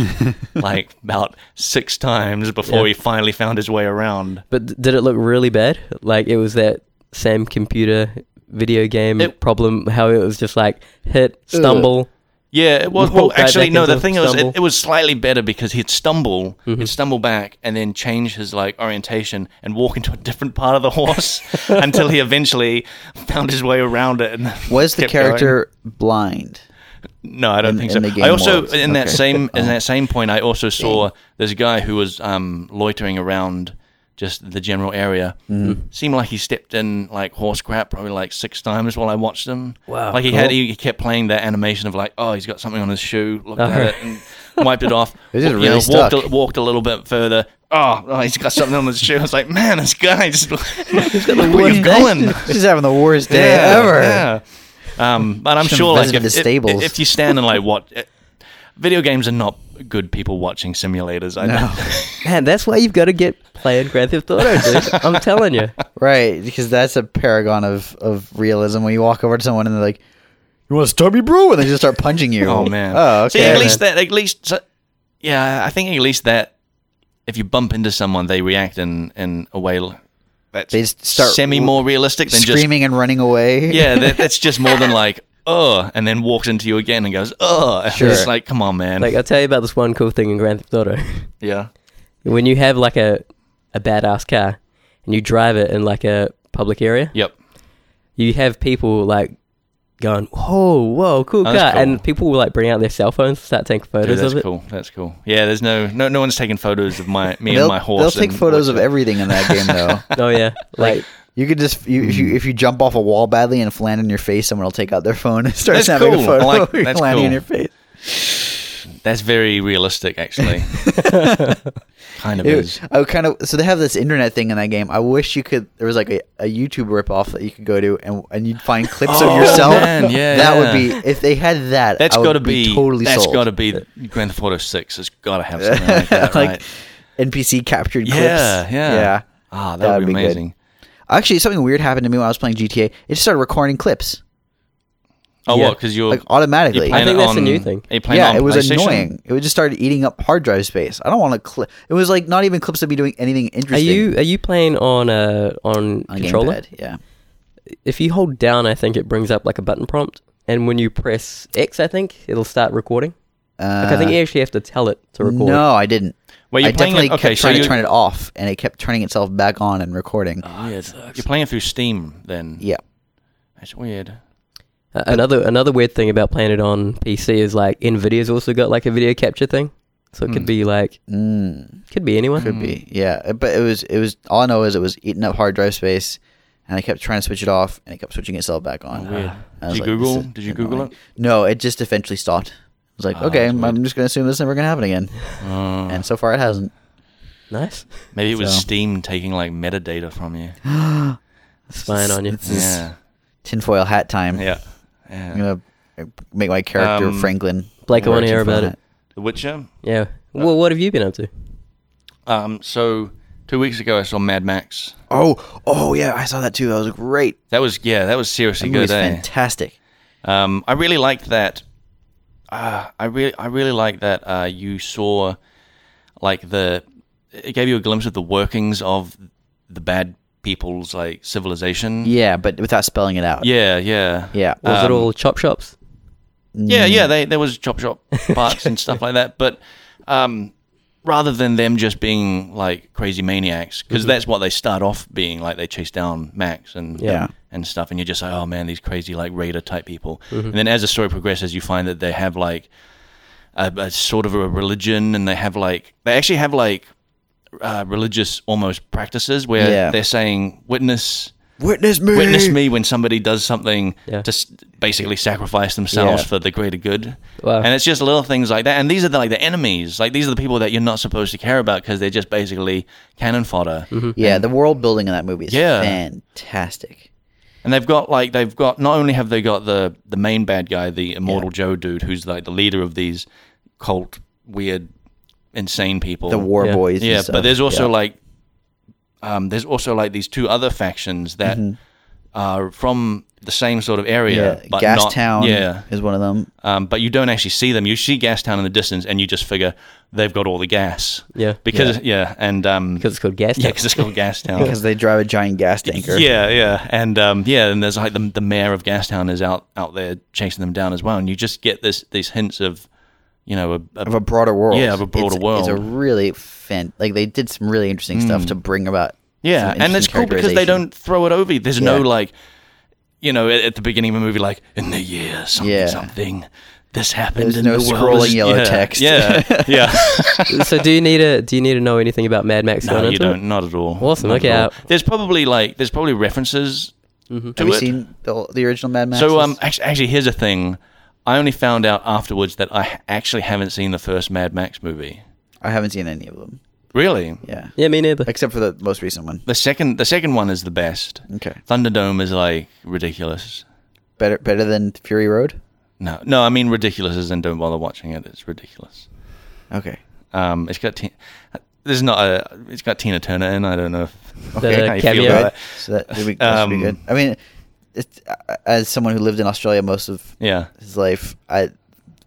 S1: like about six times before
S3: Yeah.
S1: he finally found his way around.
S3: But th- did it look really bad? Like it was that same computer video game
S1: It-
S3: problem? How it was just like hit, stumble.
S1: Yeah, it was.
S3: Walk
S1: Well,
S3: right
S1: actually,
S3: back
S1: no. The
S3: into
S1: thing was,
S3: stumble.
S1: it,
S3: Mm-hmm.
S1: it was slightly better because he'd stumble, he'd stumble back, and then change his like orientation and walk into a different part of the horse until he eventually found his way around it. And
S2: Was the
S1: kept going.
S2: character blind?
S1: No, I don't
S2: in-
S1: think
S2: in
S1: so.
S2: the game
S1: I also,
S2: was?
S1: in that
S2: Okay. Uh-huh.
S1: same, in that same point, I also saw this guy who was um, loitering around just the general area.
S2: Mm-hmm.
S1: Seemed like he stepped in like horse crap probably like six times while I watched him.
S3: Wow.
S1: Like he had, he kept playing that animation of like, oh, he's got something on his shoe. Looked at it and wiped it off.
S2: Uh-huh. This is
S1: You
S2: really
S1: know,
S2: stuck.
S1: Walked a, walked a little bit further. Oh, oh, he's got something on his shoe. I was like, man, this guy just. Where are you going?
S2: She's having the worst day
S1: Yeah,
S2: ever.
S1: yeah. Um, but I'm
S2: Should've
S1: sure, like,
S2: visited
S1: if,
S2: the
S1: if-
S2: stables.
S1: if you stand and like watch, it, video games are not good people watching simulators. I know.
S3: Man, that's why you've got to get playing Grand Theft Auto, dude. I'm telling you.
S2: Right, because that's a paragon of, of realism when you walk over to someone and they're like, "You want to start me, bro?" and they just start punching you.
S1: Oh man.
S2: Oh, okay.
S1: See, at
S3: man.
S1: least that. At least, so- yeah. I think at least that. If you bump into someone, they react in in a way l- that's
S2: They just start
S1: semi more realistic than just
S2: screaming and running away.
S1: yeah. That, that's just more than like oh, and then walks into you again and goes oh.
S2: Sure.
S1: It's like come on, man.
S3: Like, I'll tell you about this one cool thing in Grand Theft Auto.
S1: yeah.
S3: when you have like a a badass car and you drive it in like a public area,
S1: Yep.
S3: you have people like going, "Whoa, whoa, cool
S1: Oh,
S3: car!"
S1: that's cool.
S3: And people will like bring out their cell phones, start taking
S1: Dude,
S3: photos
S1: that's
S3: of it.
S1: cool. That's cool. Yeah, there's no no no one's taking photos of my me
S2: they'll,
S1: and my horse.
S2: they'll take
S1: and
S2: photos
S1: watch
S2: of
S1: it.
S2: everything in that game, though.
S3: Oh yeah, like
S2: You could just you, if
S1: Hmm.
S2: you if you jump off a wall badly and land on your face, someone will take out their phone and start
S1: That's
S2: snapping
S1: cool.
S2: a
S1: I
S2: photo
S1: like-
S2: of you
S1: that's
S2: landing on
S1: cool.
S2: your face.
S1: That's very realistic, actually. kind of
S2: It-
S1: is.
S2: I would kind of so they have this internet thing in that game. I wish you could. There was like a, a YouTube ripoff that you could go to and and you'd find clips
S1: Oh,
S2: of yourself.
S1: man, yeah,
S2: that
S1: yeah.
S2: would be if they had that.
S1: That's
S2: got to
S1: be,
S2: totally
S1: That's
S2: sold.
S1: got to be Grand Theft Auto Six. It's got to have something like that,
S2: Like,
S1: right?
S2: NPC captured clips.
S1: Yeah, yeah,
S2: yeah.
S1: Ah, that
S2: That'd
S1: would be,
S2: be good.
S1: amazing.
S2: Actually, something weird happened to me when I was playing GTA. It just started recording clips
S1: Oh,
S3: Yeah.
S1: what? Because you're
S2: like
S1: you're
S2: automatically.
S1: playing
S3: think
S1: it
S3: that's a
S1: on-
S3: new thing.
S1: Are you playing
S2: Yeah,
S1: on
S2: it was
S1: PlayStation?
S2: annoying. It would just started eating up hard drive space. I don't want to clip. It was like not even clips of me doing anything
S3: are
S2: interesting.
S3: you are you playing on a on,
S2: on a
S3: controller?
S2: gamepad, Yeah.
S3: If you hold down, I think it brings up like a button prompt, and when you press X, I think it'll start recording.
S2: Uh,
S3: Like, I think you actually have to tell it to record.
S2: No, I didn't.
S1: Wait, you're Um,
S2: I
S1: playing
S2: definitely
S1: it. Okay,
S2: kept
S1: so
S2: trying
S1: you,
S2: to turn it off, and it kept turning itself back on and recording.
S3: Oh,
S1: you're playing it through Steam then?
S2: yeah,
S1: That's weird.
S3: Uh, another another weird thing about playing it on PC is like Nvidia's also got like a video capture thing, so
S1: Hmm.
S3: it could be like
S2: mm,
S3: could be anyone.
S2: could be. Yeah, but it was. It was. All I know is it was eating up hard drive space, and I kept trying to switch it off, and it kept switching itself back on.
S1: Oh, weird.
S2: And I
S1: Did
S2: was
S1: you
S2: like,
S1: Google?
S2: this is
S1: Did you Google
S2: annoying. No, it just eventually stopped. I was like,
S1: Oh,
S2: okay,
S1: that's
S2: I'm,
S1: weird.
S2: I'm just gonna assume this is never gonna happen again.
S1: it? Oh.
S2: And so far, it hasn't.
S3: Nice
S1: maybe it was
S2: so-
S1: Steam taking like metadata from you.
S3: spying on you.
S2: This is
S1: Yeah,
S2: tinfoil hat time.
S1: yeah, yeah.
S2: I'm gonna uh, make my character
S1: Um,
S2: Franklin.
S3: Blake, I
S2: wear
S3: wanna
S2: a
S3: hear
S2: tinfoil
S3: about
S2: hat.
S3: it.
S1: The Witcher.
S3: Yeah.
S1: Uh,
S3: Well, what have you been up to?
S1: Um, so two weeks ago I saw Mad Max.
S2: Oh, oh yeah, I saw that too. That was great.
S1: That was yeah, that was seriously
S2: That
S1: good.
S2: movie's
S1: Eh?
S2: fantastic.
S1: Um, I really liked that. Uh, I really, I really liked that. Uh, you saw, like the, it gave you a glimpse of the workings of the bad people's like civilization.
S2: Yeah, but without spelling it out.
S1: yeah, yeah,
S2: Yeah. Mm.
S3: Was
S1: Um,
S3: it all chop shops?
S1: yeah, yeah. They there was chop shop parts and stuff like that, but um, rather than them just being like crazy maniacs,
S2: Mm-hmm.
S1: because that's what they start off being. Like they chase down Max and
S2: Yeah.
S1: and stuff, and you're just like, oh man, these crazy like raider type people.
S2: Mm-hmm.
S1: And then as the story progresses, you find that they have like a, a sort of a religion, and they have like they actually have like uh, religious almost practices where
S2: Yeah.
S1: they're saying witness
S2: Witness me.
S1: witness me when somebody does something
S3: Yeah.
S1: to s- basically sacrifice themselves
S2: Yeah.
S1: for the greater good.
S3: Wow.
S1: And it's just little things like that. And these are the, like the enemies. Like these are the people that you're not supposed to care about because they're just basically cannon fodder.
S2: Yeah, the world building in that movie is
S1: Yeah.
S2: fantastic.
S1: And they've got like they've got not only have they got the the main bad guy, the immortal Joe dude, who's like the leader of these cult weird insane people.
S2: The War
S3: Yeah.
S2: Boys. and
S1: Yeah,
S2: stuff.
S1: but there's also
S2: uh, Yeah.
S1: like um, there's also like these two other factions that are from the same sort of area, but
S2: Gas
S1: not,
S2: Town
S1: Yeah,
S2: is one of them.
S1: um, but you don't actually see them. You see gas town in the distance, and you just figure they've got all the gas.
S3: Yeah.
S1: because yeah, and um,
S3: Because it's called gas.
S1: yeah,
S3: Tap.
S1: because it's called gas town.
S2: Because they drive a giant gas tanker.
S1: Uh, yeah, yeah, and um, yeah, and there's like the, the mayor of Gastown is out out there chasing them down as well, and you just get this these hints of, you know, a, a,
S2: Of a broader world.
S1: Yeah, of a broader
S2: It's- It's a
S1: world. Hmm.
S2: really fan like they did some really interesting stuff to bring about.
S1: Yeah,
S2: some
S1: and it's
S2: interesting
S1: cool because they
S2: characterization.
S1: don't throw it over you. There's no
S2: Yeah.
S1: like, you know, at, at the beginning of a movie, like in the year something
S2: Yeah.
S1: something, this happened.
S2: There's
S1: and
S2: no
S1: the world
S2: scrolling
S1: is-
S2: yellow
S1: yeah,
S2: text.
S1: Yeah, yeah.
S3: so do you need to do you need to know anything about Mad Max?
S1: no,
S3: going
S1: you
S3: into
S1: don't.
S3: It?
S1: Not at all.
S3: Awesome,
S1: Not
S3: okay,
S1: at all.
S3: uh, Mm-hmm.
S1: There's probably like there's probably references to
S2: Have you
S1: it.
S2: seen the, the original Mad Max?
S1: so um, actually, actually, here's a thing. I only found out afterwards that I actually haven't seen the first Mad Max movie.
S2: I haven't seen any of them.
S1: Really,
S2: Yeah.
S3: Yeah, me neither.
S2: Except for the most recent one.
S1: the second the second one is the best.
S2: Okay.
S1: Thunderdome is like ridiculous.
S2: better better than Fury Road?
S1: No, no, I mean ridiculous. Is in don't bother watching it. It's ridiculous.
S2: Okay.
S1: Um, it's got Ti- there's not a. It's got Tina Turner in. I don't know. If,
S3: Okay.
S1: how you feel
S3: cameo?
S1: about
S2: Good.
S1: it.
S2: So that, that'd be, that should be
S1: Um,
S2: good. I mean, it's, uh, as someone who lived in Australia most of
S1: Yeah.
S2: his life, I,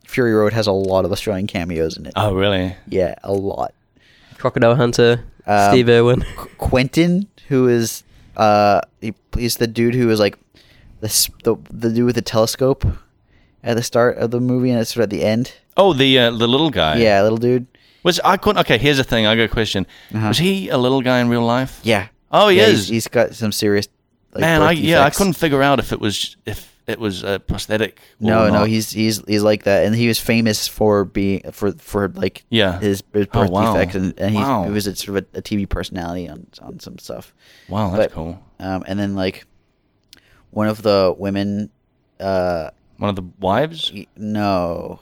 S2: Fury Road has a lot of Australian cameos in it.
S1: Oh really?
S2: Yeah, a lot.
S3: Crocodile Hunter,
S2: Um,
S3: Steve Irwin.
S2: Qu- Quentin, who is uh, he, he's the dude who is like the, s- the the dude with the telescope at the start of the movie, and it's sort of at the end.
S1: Oh, the uh, the little guy.
S2: Yeah, little dude.
S1: Was I couldn't. Okay, here's the thing. I got a question.
S2: Uh-huh.
S1: Was he a little guy in real life?
S2: Yeah.
S1: Oh, he
S2: yeah,
S1: is.
S2: he's- he's got some serious. Like,
S1: Man,
S2: birth
S1: I yeah, I
S2: defects.
S1: couldn't figure out if it was if it was a prosthetic. or
S2: No, no,
S1: not.
S2: he's he's he's like that, and he was famous for being for for like
S1: Yeah.
S2: his, his birth
S1: Oh, wow.
S2: defects, and, and he,
S1: Wow.
S2: he was a, sort of a, a TV personality on on some stuff.
S1: wow, that's
S2: but-
S1: cool.
S2: Um, and then like one of the women, uh,
S1: One of the wives.
S2: y- no,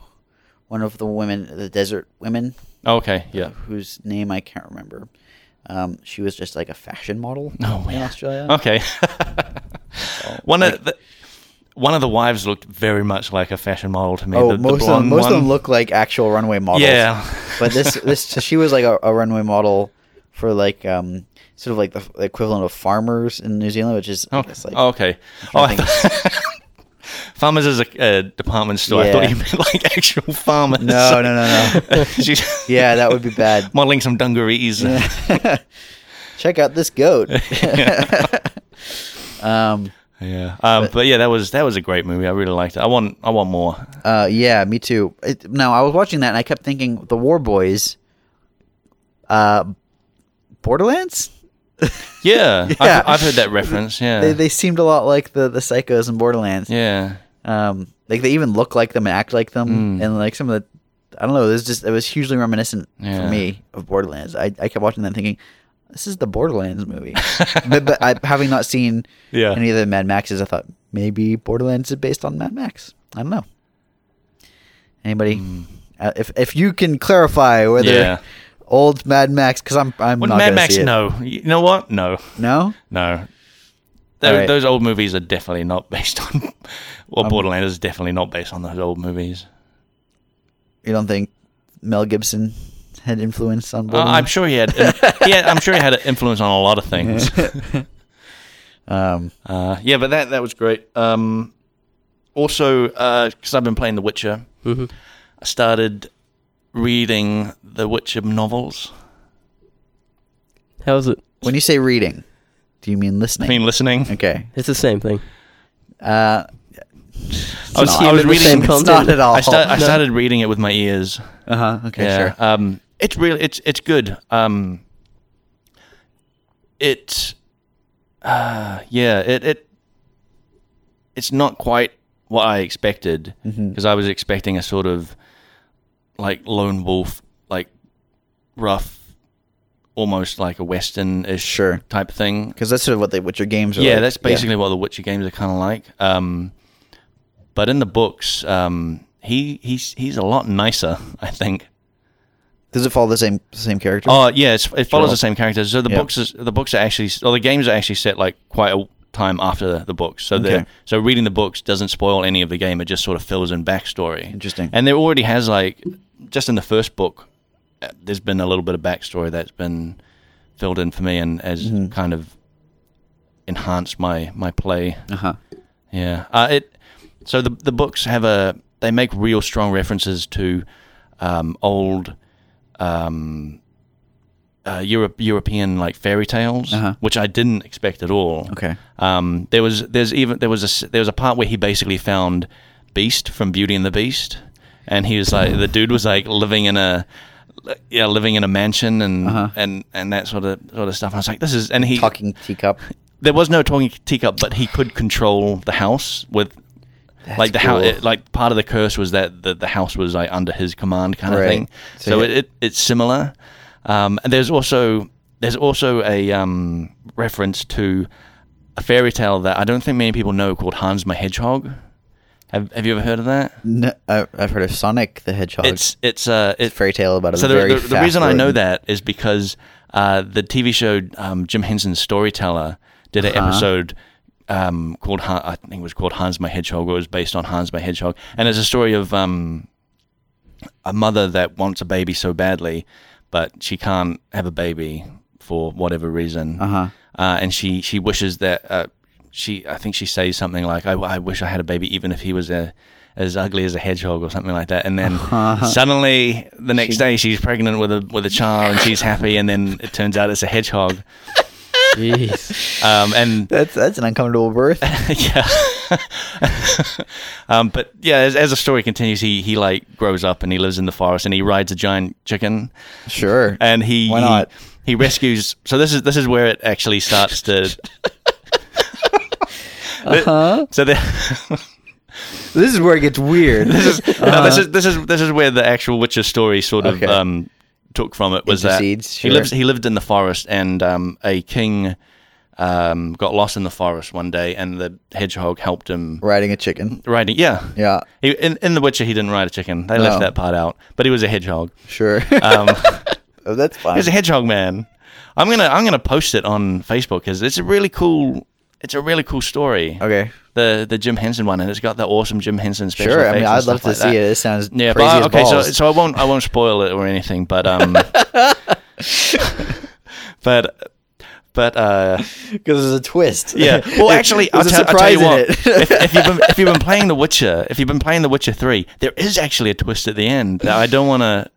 S2: one of the women, the desert women,
S1: Oh, okay, yeah.
S2: whose name I can't remember. Um, she was just like a fashion model
S1: Oh,
S2: in
S1: yeah.
S2: Australia.
S1: Okay. one of the one of the wives looked very much like a fashion model to me.
S2: Oh,
S1: the, the
S2: most of them,
S1: blonde
S2: most of
S1: one.
S2: them look like actual runway models.
S1: Yeah.
S2: but this this she was like a, a runway model for like um sort of like the, the equivalent of farmers in New Zealand, which is
S1: Oh,
S2: it's like
S1: oh, okay. Oh, I
S2: think-
S1: thought- Farmers is a uh, department store. I
S2: Yeah.
S1: thought you meant like actual farmers.
S2: no no no no
S1: She's
S2: yeah that would be bad.
S1: modeling some dungarees.
S2: Check out this goat. um
S1: Yeah, um, but, yeah, that was that was a great movie. I really liked it. I want I want more.
S2: uh yeah me too. It, no, I was watching that and I kept thinking the War Boys, uh, Borderlands.
S1: Yeah,
S2: Yeah.
S1: I've, I've heard that reference. Yeah,
S2: They, they seemed a lot like the, the psychos in Borderlands.
S1: yeah,
S2: Um, like they even look like them and act like them,
S1: Hmm.
S2: and like some of the, I don't know. This just it was hugely reminiscent
S1: Yeah.
S2: for me of Borderlands. I, I kept watching them thinking, this is the Borderlands movie. but, but I, having not seen
S1: Yeah.
S2: any of the Mad Maxes, I thought maybe Borderlands is based on Mad Max. I don't know. Anybody, uh, if if you can clarify whether
S1: Hmm. Yeah.
S2: old Mad Max, because I'm I'm
S1: Well,
S2: not
S1: Mad
S2: gonna
S1: Max,
S2: see it.
S1: no. You know what? No,
S2: no.
S1: no. Tho-
S2: All right. Um,
S1: Those old movies are definitely not based on. Well, Borderlands is definitely not based on those old movies.
S2: You don't think Mel Gibson had influence on
S1: Uh,
S2: Borderlands?
S1: I'm sure he had. yeah, I'm sure he had an influence on a lot of things.
S2: um,
S1: Uh, yeah, but that that was great. Um, also, because I've been playing The Witcher,
S3: hmm
S1: I started reading The Witcher novels.
S3: How is it?
S2: When you say reading, do you mean listening?
S1: I mean, listening.
S2: okay.
S3: It's the same thing.
S1: I
S2: Uh,
S1: was, I was
S2: It's
S3: even the
S1: reading.
S3: same
S2: it's
S3: content.
S2: not at all.
S1: I, sta- I
S3: No.
S1: started reading it with my ears.
S2: uh huh. Okay.
S1: yeah.
S2: Sure.
S1: Um, it's really it's it's good. Um, it, uh, yeah, it it it's not quite what I expected because
S2: Mm-hmm.
S1: I was expecting a sort of like lone wolf, like rough, almost like a western ish
S2: Sure.
S1: type thing.
S2: Because that's sort of what they, what your games are.
S1: Yeah,
S2: like.
S1: that's basically what the Witcher games are kind of like. Um, but in the books, um, he he's he's a lot nicer, I think.
S2: Does it follow the same same character?
S1: Oh yeah, it's, it follows
S2: Sure.
S1: the same characters. So the
S2: Yeah.
S1: books is, the books are actually or the games are actually set like quite a time after the, the books. So the
S2: Okay.
S1: so reading the books doesn't spoil any of the game. It just sort of fills in backstory.
S2: Interesting.
S1: And there already has like just in the first book, uh, there's been a little bit of backstory that's been filled in for me and has
S2: Mm-hmm.
S1: kind of enhanced my my play.
S2: Uh huh.
S1: Yeah. Uh, it. So the the books have a they make real strong references to um, old um, uh, Europe European like fairy tales,
S2: Uh-huh.
S1: which I didn't expect at all.
S2: Okay.
S1: Um, there was there's even there was a s- there was a part where he basically found Beast from Beauty and the Beast, and he was like the dude was like living in a yeah living in a mansion and
S2: Uh-huh.
S1: and and that sort of sort of stuff. And I was like, this is and he
S2: Talking teacup.
S1: there was no talking teacup, but he could control the house with like the house.
S2: cool.
S1: like part of the curse was that the, the house was like under his command kind
S2: Right.
S1: of thing.
S2: So
S1: So,
S2: you-
S1: it, it it's similar. Um, and there's also there's also a um, reference to a fairy tale that I don't think many people know called Hans my Hedgehog. Have Have you ever heard of that?
S2: No, I, I've heard of Sonic the Hedgehog.
S1: It's it's uh
S2: a
S1: it,
S2: fairy tale about a
S1: so the,
S2: very
S1: the, the
S2: fast
S1: reason I know
S2: rodent.
S1: that is
S2: Uh-huh.
S1: because uh, the TV show um, Jim Henson's Storyteller did an episode um, called Han- I think it was called Hans my Hedgehog, or it was based on Hans my Hedgehog, and it's a story of um, a mother that wants a baby so badly, but she can't have a baby for whatever reason,
S2: Uh huh.
S1: uh, and she she wishes that uh, she I think she says something like I, I wish I had a baby even if he was a as ugly as a hedgehog or something like that, and then
S2: Uh-huh.
S1: suddenly the next day she's pregnant with a with a child and she's happy, and then it turns out it's a hedgehog,
S3: Jeez.
S1: um, and
S2: That's that's an uncomfortable birth.
S1: yeah. um, but yeah, as, as the story continues, he he like grows up and he lives in the forest and he rides a giant chicken
S2: sure.
S1: and he
S2: Why not?
S1: he, he rescues. So this is this is where it actually starts to. uh-huh. So the,
S2: This is where it gets weird.
S1: this is no, this is this is this is where the actual Witcher story sort of
S2: Uh, Okay.
S1: um, took from it was
S2: Intercedes,
S1: that
S2: sure.
S1: he lives he lived in the forest and um, a king um, got lost in the forest one day and the hedgehog helped him
S2: riding a chicken.
S1: riding. Yeah,
S2: Yeah.
S1: He, in, in The Witcher, he didn't ride a chicken. They
S2: No.
S1: left that part out, but he was a hedgehog.
S2: Sure.
S1: Um,
S2: oh, that's fine.
S1: he was a hedgehog man. I'm gonna I'm gonna post it on Facebook because it's a really cool it's a really cool story.
S2: okay.
S1: The the Jim Henson one, and it's got the awesome Jim Henson special.
S2: Sure. I mean,
S1: effects and
S2: I'd
S1: stuff
S2: love to
S1: like
S2: see
S1: that.
S2: it. It sounds
S1: Yeah, but
S2: crazy as
S1: okay, so,
S2: balls.
S1: so I won't I won't spoil it or anything, but um, but but uh.
S2: because there's a twist.
S1: Yeah. Well, actually, I'll,
S2: There's
S1: tell
S2: a
S1: I'll tell you what.
S2: surprise in
S1: if, if you've been if you've been playing The Witcher, if you've been playing The Witcher three, there is actually a twist at the end that I don't want to.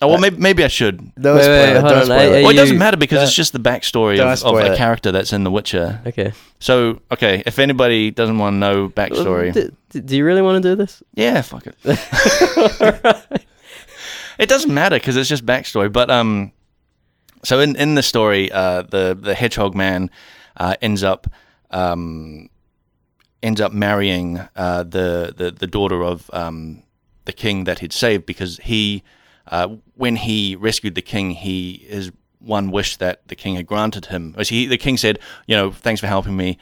S1: Oh
S2: Uh,
S1: well, maybe maybe I should.
S2: Don't
S3: Wait,
S2: spoil
S3: wait,
S2: it.
S3: hold
S2: Don't
S3: on,
S2: spoil
S3: I-
S2: it.
S1: Well, it doesn't
S3: you-
S1: matter because it's just the backstory
S2: don't
S1: of,
S2: spoil
S1: of
S2: it.
S1: a character that's in The Witcher.
S3: Okay.
S1: So okay, if anybody doesn't want to know backstory,
S3: D- d- do you really want to do this?
S1: yeah, fuck it. It doesn't matter because it's just backstory. But um, so in in the story, uh, the the hedgehog man uh, ends up um ends up marrying uh the the, the daughter of um the king that he'd saved because he uh when he rescued the king he his one wish that the king had granted him was he the king said you know thanks for helping me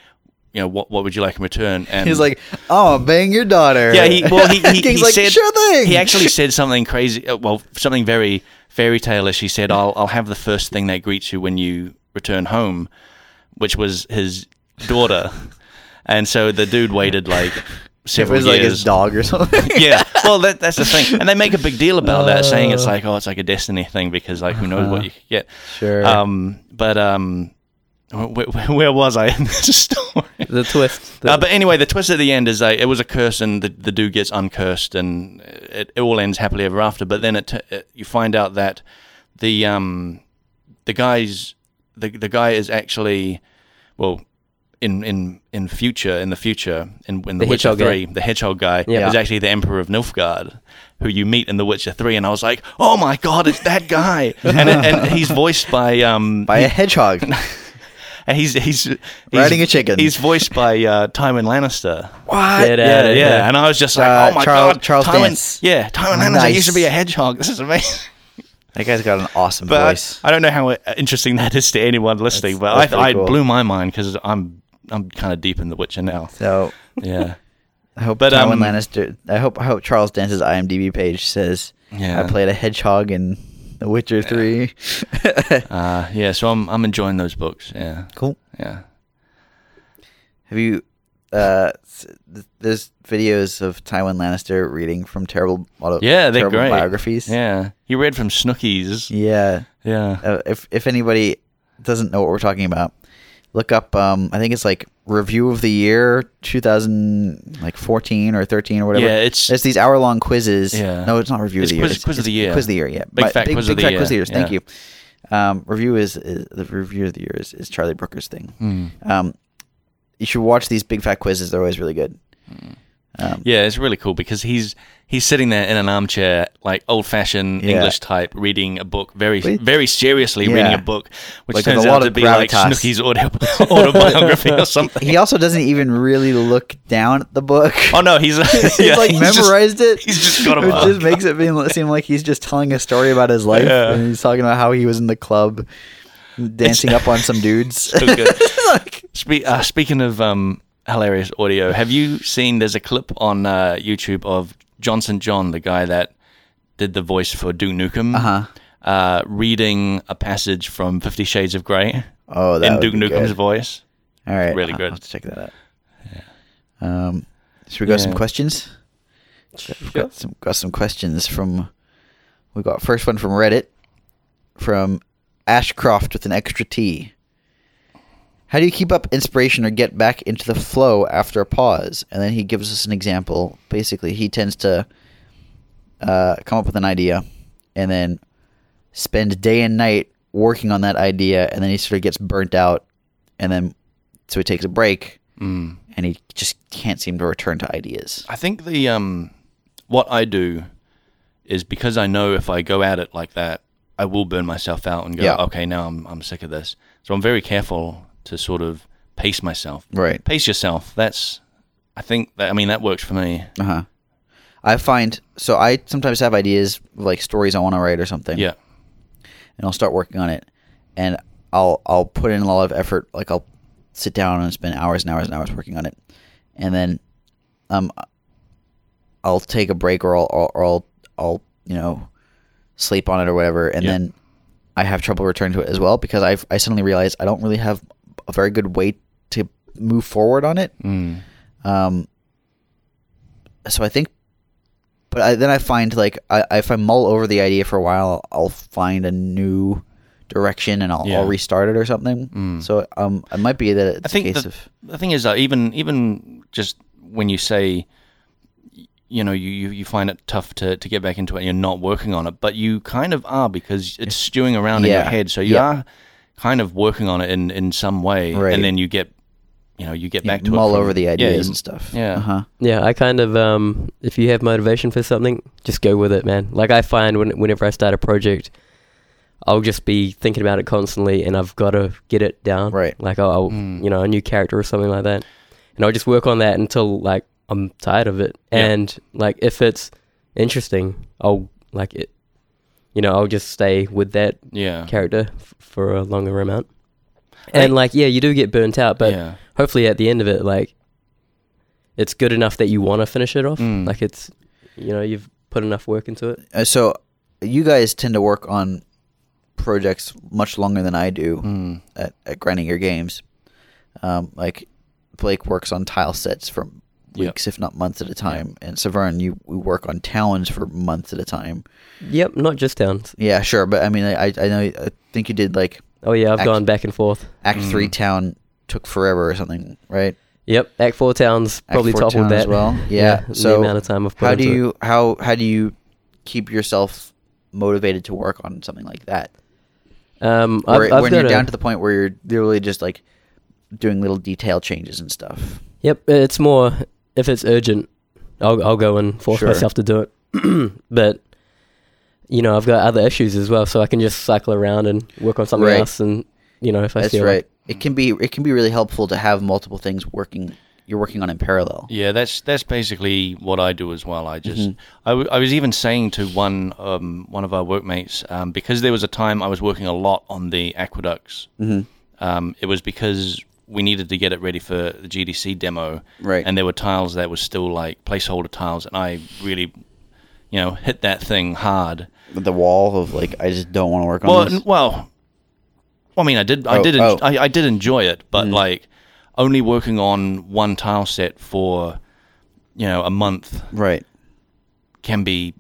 S1: you know what what would you like in return and
S2: He's like, oh, bang your daughter.
S1: yeah, he well he, he,
S2: King's
S1: he
S2: like,
S1: said
S2: sure thing.
S1: he actually said something crazy. uh, Well, something very fairy tale-ish. He said, "I'll I'll have the first thing that greets you when you return home," which was his daughter. and so the dude waited like
S2: it
S1: several
S2: was like his
S1: years.
S2: dog or something.
S1: yeah, well that, that's the thing, and they make a big deal about that, saying
S2: Uh.
S1: it's like oh it's like a destiny thing because like who knows
S2: Uh-huh.
S1: what you could get.
S2: Sure.
S1: Um, but um, where, where was I in this story?
S3: The twist. The,
S1: Uh, but anyway, the twist at the end is like it was a curse, and the, the dude gets uncursed, and it, it all ends happily ever after. But then it, t- it you find out that the um the guys the the guy is actually well in in in future in the future in in the,
S3: The
S1: Witcher
S3: hedgehog guy.
S1: three the hedgehog guy
S3: Yeah.
S1: is actually the Emperor of Nilfgaard who you meet in the Witcher three, and I was like, oh my god, it's that guy, and it, and he's voiced by um
S2: By a hedgehog.
S1: and he's he's, he's
S2: Riding a chicken.
S1: He's voiced by uh, Tywin Lannister.
S2: what?
S3: Get
S1: Yeah,
S3: out
S1: yeah,
S3: of here.
S1: And I was just like,
S2: Uh,
S1: oh my
S2: Charles-
S1: god,
S2: Charles
S1: Tywin,
S2: Dance.
S1: Yeah, Tywin Lannister
S2: Nice.
S1: used to be a hedgehog. This is amazing.
S2: That guy's got an awesome
S1: But
S2: voice.
S1: I, I don't know how uh, interesting that is to anyone listening.
S2: That's- that's
S1: but I,
S2: pretty
S1: I
S2: cool.
S1: blew my mind because I'm I'm kind of deep in The Witcher now.
S2: So
S1: Yeah,
S2: I hope
S1: But,
S2: Tywin
S1: um,
S2: Lannister. I hope I hope Charles Dance's IMDb page says
S1: Yeah.
S2: I played a hedgehog in The Witcher Three.
S1: uh, yeah. So I'm I'm enjoying those books. Yeah,
S2: cool.
S1: yeah.
S2: Have you? Uh, s- th- there's videos of Tywin Lannister reading from terrible auto,
S1: Yeah, they're
S2: terrible
S1: great.
S2: biographies.
S1: Yeah, he read from Snookies.
S2: Yeah.
S1: Yeah,
S2: Uh, if if anybody doesn't know what we're talking about, look up. Um, I think it's like review of the year 2000, like 14 or 13 or whatever.
S1: Yeah, it's-
S2: there's these hour long quizzes.
S1: Yeah.
S2: No, it's not review
S1: It's
S2: of the year.
S1: quiz- quiz of the year.
S2: Quiz of the year. Yeah.
S1: Big fat quiz of the
S2: fat
S1: year,
S2: Quiz of the years. Thank
S1: yeah.
S2: you. Um, review is, is the review of the year is, is Charlie Brooker's thing.
S1: Hmm.
S2: Um, you should watch these big fat quizzes. They're always really good. Um,
S1: Hmm. yeah. It's really cool because he's he's sitting there in an armchair, like old fashioned
S2: Yeah.
S1: English type, reading a book very
S2: Wait.
S1: very seriously,
S2: Yeah.
S1: reading a book, which
S2: Like, with
S1: turns
S2: a lot
S1: out to
S2: of
S1: be like
S2: gravitas.
S1: Snookies auto- autobiography or something.
S2: He also doesn't even really look down at the book.
S1: Oh no, he's,
S2: he's
S1: yeah,
S2: like
S1: just-
S2: memorized it.
S1: he's just got a
S2: Which just
S1: mug.
S2: makes it being, seem like he's just telling a story about his life,
S1: Yeah.
S2: and he's talking about how he was in the club dancing up on some dudes.
S1: so good.
S2: Like-
S1: Spe- uh, speaking of um, hilarious audio, have you seen? There's a clip on uh, YouTube of Johnson John, the guy that did the voice for Duke Nukem,
S2: Uh-huh.
S1: uh, reading a passage from Fifty Shades of Grey
S2: oh, that
S1: in
S2: would
S1: Duke
S2: be
S1: Nukem's
S2: good.
S1: voice.
S2: All right.
S1: really
S2: I'll-
S1: good.
S2: I'll have to check that out. Um, should we go some
S1: Yeah.
S2: questions? We've got some got some questions from. We got first one from Reddit, from Ashcroft with an extra T. How do you keep up inspiration or get back into the flow after a pause? And then he gives us an example. Basically, he tends to uh, come up with an idea, and then spend day and night working on that idea, and then he sort of gets burnt out, and then so he takes a break,
S1: Mm.
S2: and he just can't seem to return to ideas.
S1: I think the um, what I do is because I know if I go at it like that, I will burn myself out and go,
S2: Yeah.
S1: okay, now I'm I'm sick of this. So I'm very careful to sort of pace myself.
S2: Right.
S1: Pace yourself. That's I think that I mean that works for me.
S2: Uh huh. I find so I sometimes have ideas like stories I want to write or something.
S1: Yeah.
S2: And I'll start working on it, and I'll I'll put in a lot of effort. Like I'll sit down and spend hours and hours and hours working on it, and then um I'll take a break or I'll or, or I'll I'll you know sleep on it or whatever, and
S1: Yeah.
S2: then I have trouble returning to it as well because I've I suddenly realize I don't really have a very good way to move forward on it.
S1: Mm.
S2: Um, so I think, but I, then I find like I, I- if I mull over the idea for a while, I'll find a new direction and I'll,
S1: Yeah.
S2: I'll restart it or something.
S1: Mm.
S2: So um, it might be that it's
S1: I think
S2: a case
S1: the,
S2: of
S1: the thing is that even even just when you say y- you know you, you, you find it tough to, to get back into it and you're not working on it but you kind of are because it's stewing around in
S2: Yeah.
S1: your head so you
S2: Yeah.
S1: are kind of working on it in, in some way
S2: Right.
S1: and then you get you know you get back to
S2: mull
S1: it from-
S2: over the
S1: yeah,
S2: ideas
S1: you-
S2: and stuff.
S1: yeah.
S2: Uh-huh.
S3: Yeah, I kind of um, if you have motivation for something, just go with it, man. Like I find when whenever I start a project, I'll just be thinking about it constantly, and I've got to get it down.
S2: Right.
S3: Like I'll, I'll
S1: Mm.
S3: you know a new character or something like that, and I'll just work on that until like I'm tired of it.
S1: Yeah.
S3: And like if it's interesting, I'll like it. You know, I'll just stay with that
S1: yeah
S3: character f- for a longer amount.
S1: I-
S3: And like yeah, you do get burnt out, but
S1: yeah.
S3: hopefully at the end of it, like it's good enough that you want to finish it off.
S1: Mm.
S3: Like it's, you know, you've put enough work into it.
S2: Uh, So you guys tend to work on projects much longer than I do
S1: Mm.
S2: at, at grinding your games. Um, like Blake works on tile sets for
S1: Yeah.
S2: weeks, if not months at a time, and Severn, you we work on towns for months at a time.
S3: Yep, not just towns.
S2: Yeah, sure, but I mean, I I know I think you did like
S3: Oh yeah, I've
S2: Act-
S3: gone back and forth.
S2: Act
S1: Mm.
S2: Three town took forever or something, right?
S3: Yep, Act Four towns
S2: Act
S3: probably
S2: Four
S3: toppled
S2: Town
S3: that
S2: as well. Yeah, so
S3: the amount of time I've put
S2: How do
S3: into it.
S2: you how how do you keep yourself motivated to work on something like that?
S3: Um,
S2: Or
S3: I've, I've
S2: when
S3: got
S2: you're
S3: a-
S2: down to the point where you're literally just like doing little detail changes and stuff.
S3: Yep, it's more if it's urgent, I'll I'll go and force
S2: Sure.
S3: myself to do it. but you know, I've got other issues as well, so I can just cycle around and work on something
S2: Right.
S3: else. And you know, if I
S2: That's
S3: feel
S2: right.
S3: like,
S2: It can be it can be really helpful to have multiple things working. You're working on in parallel.
S1: Yeah, that's that's basically what I do as well. I just
S2: Mm-hmm.
S1: I, w- I was even saying to one um, one of our workmates um, because there was a time I was working a lot on the aqueducts.
S2: Mm-hmm.
S1: Um, it was because we needed to get it ready for the GDC demo,
S2: Right.
S1: And there were tiles that were still like placeholder tiles, and I really, you know, hit that thing hard.
S2: The wall of like I just don't want to work on
S1: Well,
S2: this.
S1: n- well, well, I mean, I did, I
S2: Oh,
S1: did, en-
S2: oh. Mm.
S1: I, I did enjoy it, but like only working on one tile set for you know a month
S2: Right.
S1: can be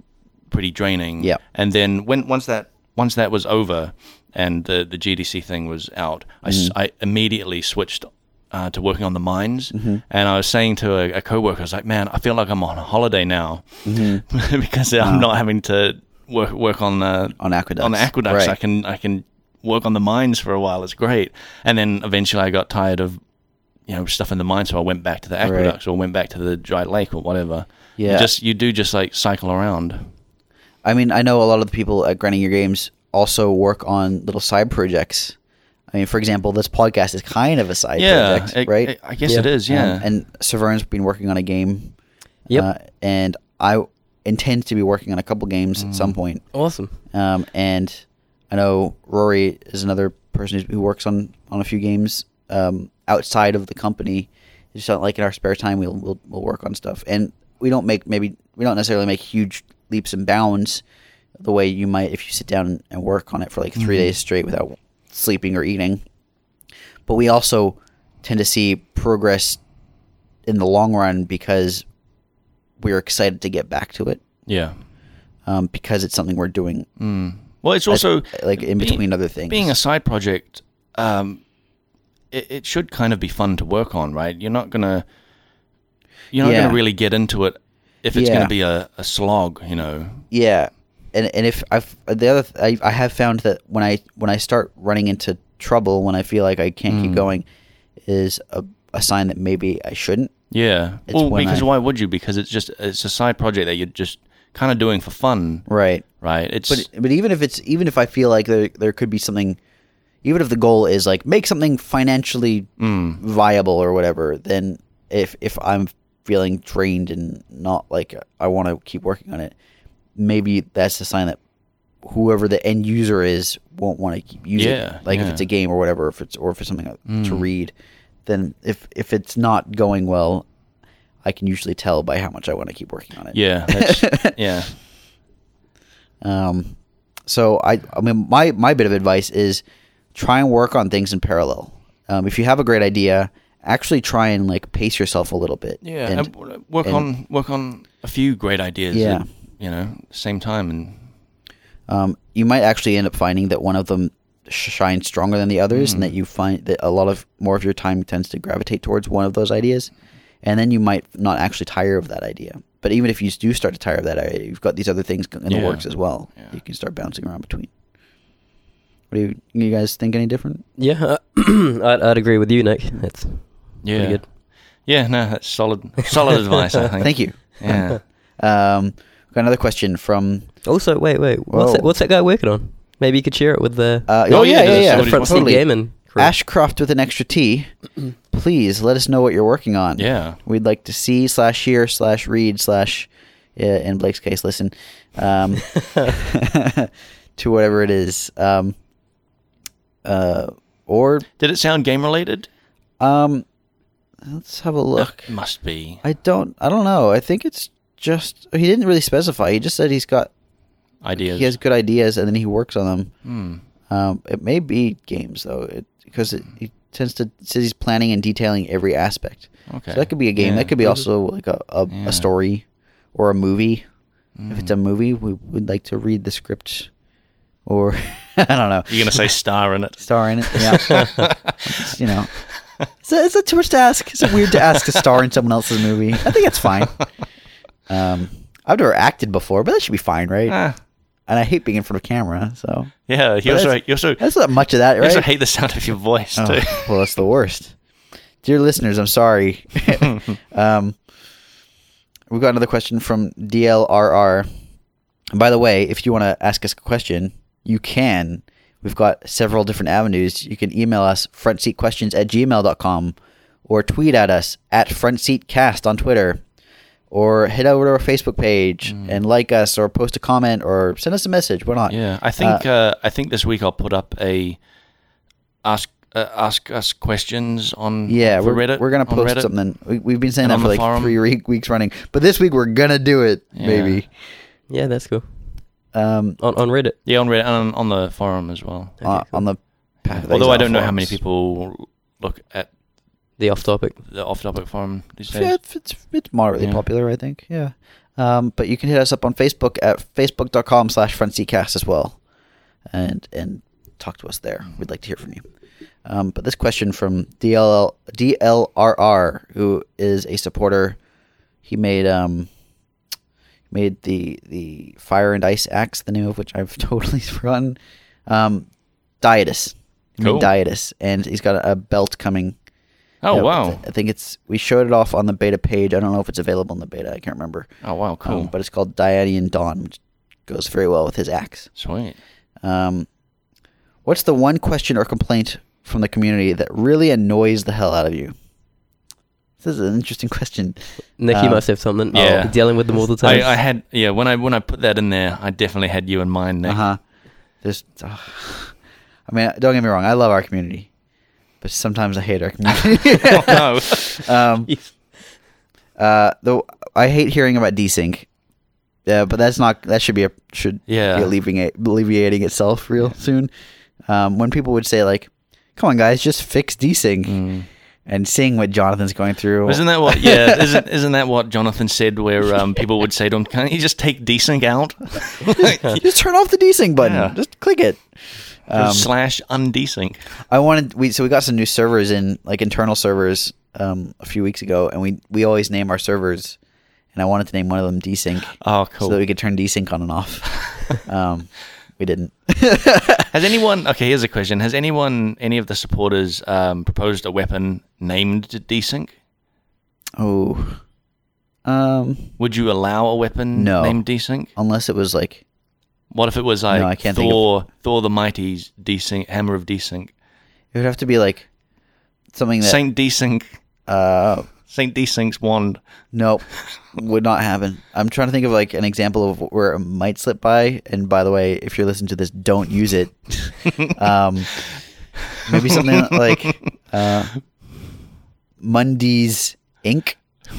S1: pretty draining.
S2: Yeah.
S1: And then when once that once that was over and the the GDC thing was out, I,
S2: Mm-hmm.
S1: s- I immediately switched uh, to working on the mines.
S2: Mm-hmm.
S1: And I was saying to a, a coworker, I was like, "Man, I feel like I'm on holiday now
S2: Mm-hmm.
S1: because
S2: Ah.
S1: I'm not having to work work on the
S2: On aqueducts.
S1: on the aqueducts.
S2: Right.
S1: I can I can work on the mines for a while. It's great. And then eventually I got tired of you know stuff in the mines, so I went back to the aqueducts or went back to the dry lake or whatever.
S2: Yeah.
S1: You just you do just like cycle around.
S2: I mean, I know a lot of the people at Grinding Your Games also work on little side projects. I mean, for example, this podcast is kind of a side
S1: yeah,
S2: project,
S1: it-
S2: right?
S1: it- I guess
S3: Yeah.
S1: it is.
S2: Um,
S1: Yeah,
S2: and Severn's been working on a game. uh,
S3: Yep.
S2: and I intend to be working on a couple games at
S1: Mm.
S2: some point.
S3: awesome.
S2: Um, and I know Rory is another person who who works on, on a few games um, outside of the company. It's Just like in our spare time, we'll, we'll we'll work on stuff, and we don't make maybe we don't necessarily make huge leaps and bounds the way you might if you sit down and work on it for like 3 days straight without sleeping or eating. But we also tend to see progress in the long run because we're excited to get back to it
S1: Yeah.
S2: um, because it's something we're doing
S1: Well, it's
S2: as-
S1: also
S2: like
S1: being-
S2: in between other things.
S1: being a side project, um, it, it should kind of be fun to work on, right? You're not gonna, you're not
S2: Yeah.
S1: gonna really get into it if it's
S2: Yeah.
S1: gonna be a, a slog, you know.
S2: Yeah, and and if I've the other th- I, I have found that when I when I start running into trouble when I feel like I can't
S1: Mm.
S2: keep going, is a, a sign that maybe I shouldn't.
S1: Yeah.
S2: It's
S1: well,
S2: when
S1: because
S2: I-
S1: why would you? Because it's just it's a side project that you're just kind of doing for fun,
S2: Right.
S1: right? It's
S2: But but even if it's even if I feel like there there could be something, even if the goal is like make something financially
S1: Mm.
S2: viable or whatever, then if if I'm feeling drained and not like I want to keep working on it, maybe that's the sign that whoever the end user is won't want to keep using
S1: Yeah,
S2: it. Like if
S1: yeah. Mm.
S2: it's a game or whatever, if it's or if it's something to read, then if if it's not going well, I can usually tell by how much I want to keep working on it.
S1: yeah, that's, yeah,
S2: Um, so I, I mean, my my bit of advice is try and work on things in parallel. Um, if you have a great idea, actually try and like pace yourself a little bit.
S1: yeah.
S2: and-
S1: And w- work
S2: and-
S1: on work on a few great ideas.
S2: Yeah.
S1: At, you know, same time and
S2: um, you might actually end up finding that one of them sh- shines stronger than the others,
S1: Hmm.
S2: and that you find that a lot of more of your time tends to gravitate towards one of those ideas, and then you might not actually tire of that idea. But even if you do start to tire of that idea, you've got these other things in the
S1: Yeah.
S2: works as well.
S1: Yeah.
S2: You can start bouncing around between. What do you, you guys think? Any different?
S3: Yeah, uh, I'd, I'd agree with you, Nick. That's
S1: yeah,
S3: good.
S1: yeah. No, that's solid, solid advice. I think.
S2: Thank you.
S1: Yeah.
S2: Um, got another question from.
S3: also wait, wait. What's
S2: Whoa.
S3: that, what's that guy working on? Maybe you could share it with the
S2: Oh. Uh,
S1: Oh, yeah,
S2: oh yeah,
S1: yeah,
S2: yeah, yeah,
S1: somebody
S3: the front
S1: wants to-
S3: seat
S2: totally.
S3: gaming crew.
S2: Ashcroft with an extra T. Please let us know what you're working on.
S1: Yeah.
S2: we'd like to see slash hear slash read slash, uh, in Blake's case, listen, um, to whatever it is, um, uh, or
S1: Did it sound game related?
S2: um, let's have a look.
S1: Must be.
S2: I don't, I don't know. I think it's just he didn't really specify. He just said he's got
S1: Ideas.
S2: he has good ideas and then he works on them.
S1: Hmm.
S2: Um, it may be games though, it, because it, he tends to says he's planning and detailing every aspect.
S1: Okay.
S2: So that could be a game.
S1: Yeah.
S2: That could be also like a a,
S1: Yeah. Mm.
S2: a story or a movie. If it's a movie, we would like to read the script, or I don't know,
S1: You're gonna say star in it.
S2: star in it. Yeah, It's, you know. Is that, is that too much to ask? Is it weird to ask to star in someone else's movie? I think it's fine. Um, I've never acted before, but that should be fine, right?
S1: Ah.
S2: And I hate being in front of camera, so
S1: Yeah. You also
S2: that's-
S1: you also
S2: that's not much of that,
S1: you
S2: right?
S1: also hate the sound of your voice too.
S2: Oh, well, that's the worst. Dear listeners, I'm sorry. um, we've got another question from DLRR. And by the way, if you want to ask us a question, you can. We've got several different avenues. You can email us frontseatquestions at gmail.com or tweet at us at frontseatcast on Twitter or head over to our Facebook page and like us or post a comment or send us a message. Why not?
S1: Yeah, I think uh, I think this week I'll put up a ask uh, ask us questions on
S2: Yeah,
S1: for
S2: we're,
S1: Reddit.
S2: we're gonna
S1: on
S2: post
S1: Reddit.
S2: something. We, we've been saying
S1: And
S2: that
S1: on
S2: for
S1: the
S2: like
S1: forum.
S2: three re- weeks running, but this week we're gonna do it,
S1: Yeah.
S2: maybe.
S3: Yeah, that's cool.
S2: Um,
S3: On on Reddit.
S1: Yeah, on Reddit and on, on the forum as well.
S3: Okay,
S2: on,
S3: cool.
S2: Uh, on the path. of
S1: Although I
S2: exile
S1: don't know how many
S2: forums.
S1: people look at
S3: The off topic.
S1: the off-topic forum these
S2: Yeah,
S1: days.
S2: it's, it's, it's moderately
S1: Yeah.
S2: popular, I think. Yeah. Um, but you can hit us up on Facebook at facebook.com slash frontseatcast as well, and and talk to us there. We'd like to hear from you. Um, but this question from DLL, DLRR, who is a supporter, he made um made the the fire and ice axe, the name of which I've totally forgotten. Um, Dietus, He made
S1: Cool.
S2: Dietus, and he's got a, a belt coming.
S1: Oh
S2: Yeah,
S1: wow!
S2: I think it's we showed it off on the beta page. I don't know if it's available in the beta. I can't remember.
S1: Oh wow! Cool.
S2: Um, but it's called Diadian Dawn, which goes very well with his axe.
S1: Sweet.
S2: Um, what's the one question or complaint from the community that really annoys the hell out of you? This is an interesting question.
S3: Nick, you
S2: Um,
S3: must have something.
S1: yeah.
S3: You're dealing with them all the time.
S1: I, I had yeah when I when I put that in there, I definitely had you in mind, Nick.
S2: Uh huh. There's, uh, I mean, don't get me wrong. I love our community, but sometimes I hate our community.
S1: Oh, no.
S2: um, uh, though I hate hearing about desync. Yeah, but that's not that should be a should
S1: Yeah.
S2: be alleviating alleviating itself real soon. Um, when people would say like, "Come on, guys, just fix desync," and seeing what Jonathan's going through.
S1: Mm. Isn't that what? Yeah, isn't isn't that what Jonathan said? Where um, people would say to him, "Can't you just take desync out?"
S2: You just turn off the desync button.
S1: Yeah.
S2: Just click it. Um,
S1: slash undesync.
S2: I wanted we so we got some new servers in like internal servers um, a few weeks ago, and we we always name our servers, and I wanted to name one of them desync
S1: Oh,
S2: so
S1: cool.
S2: that we could turn desync on and off. um, we didn't.
S1: Has anyone? Okay, here's a question. Has anyone, any of the supporters, um, proposed a weapon named desync?
S2: Oh, um,
S1: Would you allow a weapon
S2: No.
S1: named desync?
S2: unless it was like
S1: What if it was like
S2: No, I can't think of-
S1: Thor, Thor the Mighty's desync, hammer of desync,
S2: it would have to be like something that
S1: Saint desync,
S2: uh
S1: Saint desync's wand.
S2: nope would not happen. I'm trying to think of like an example of where it might slip by. And by the way, if you're listening to this, don't use it. um, maybe something like uh, Mundy's Inc.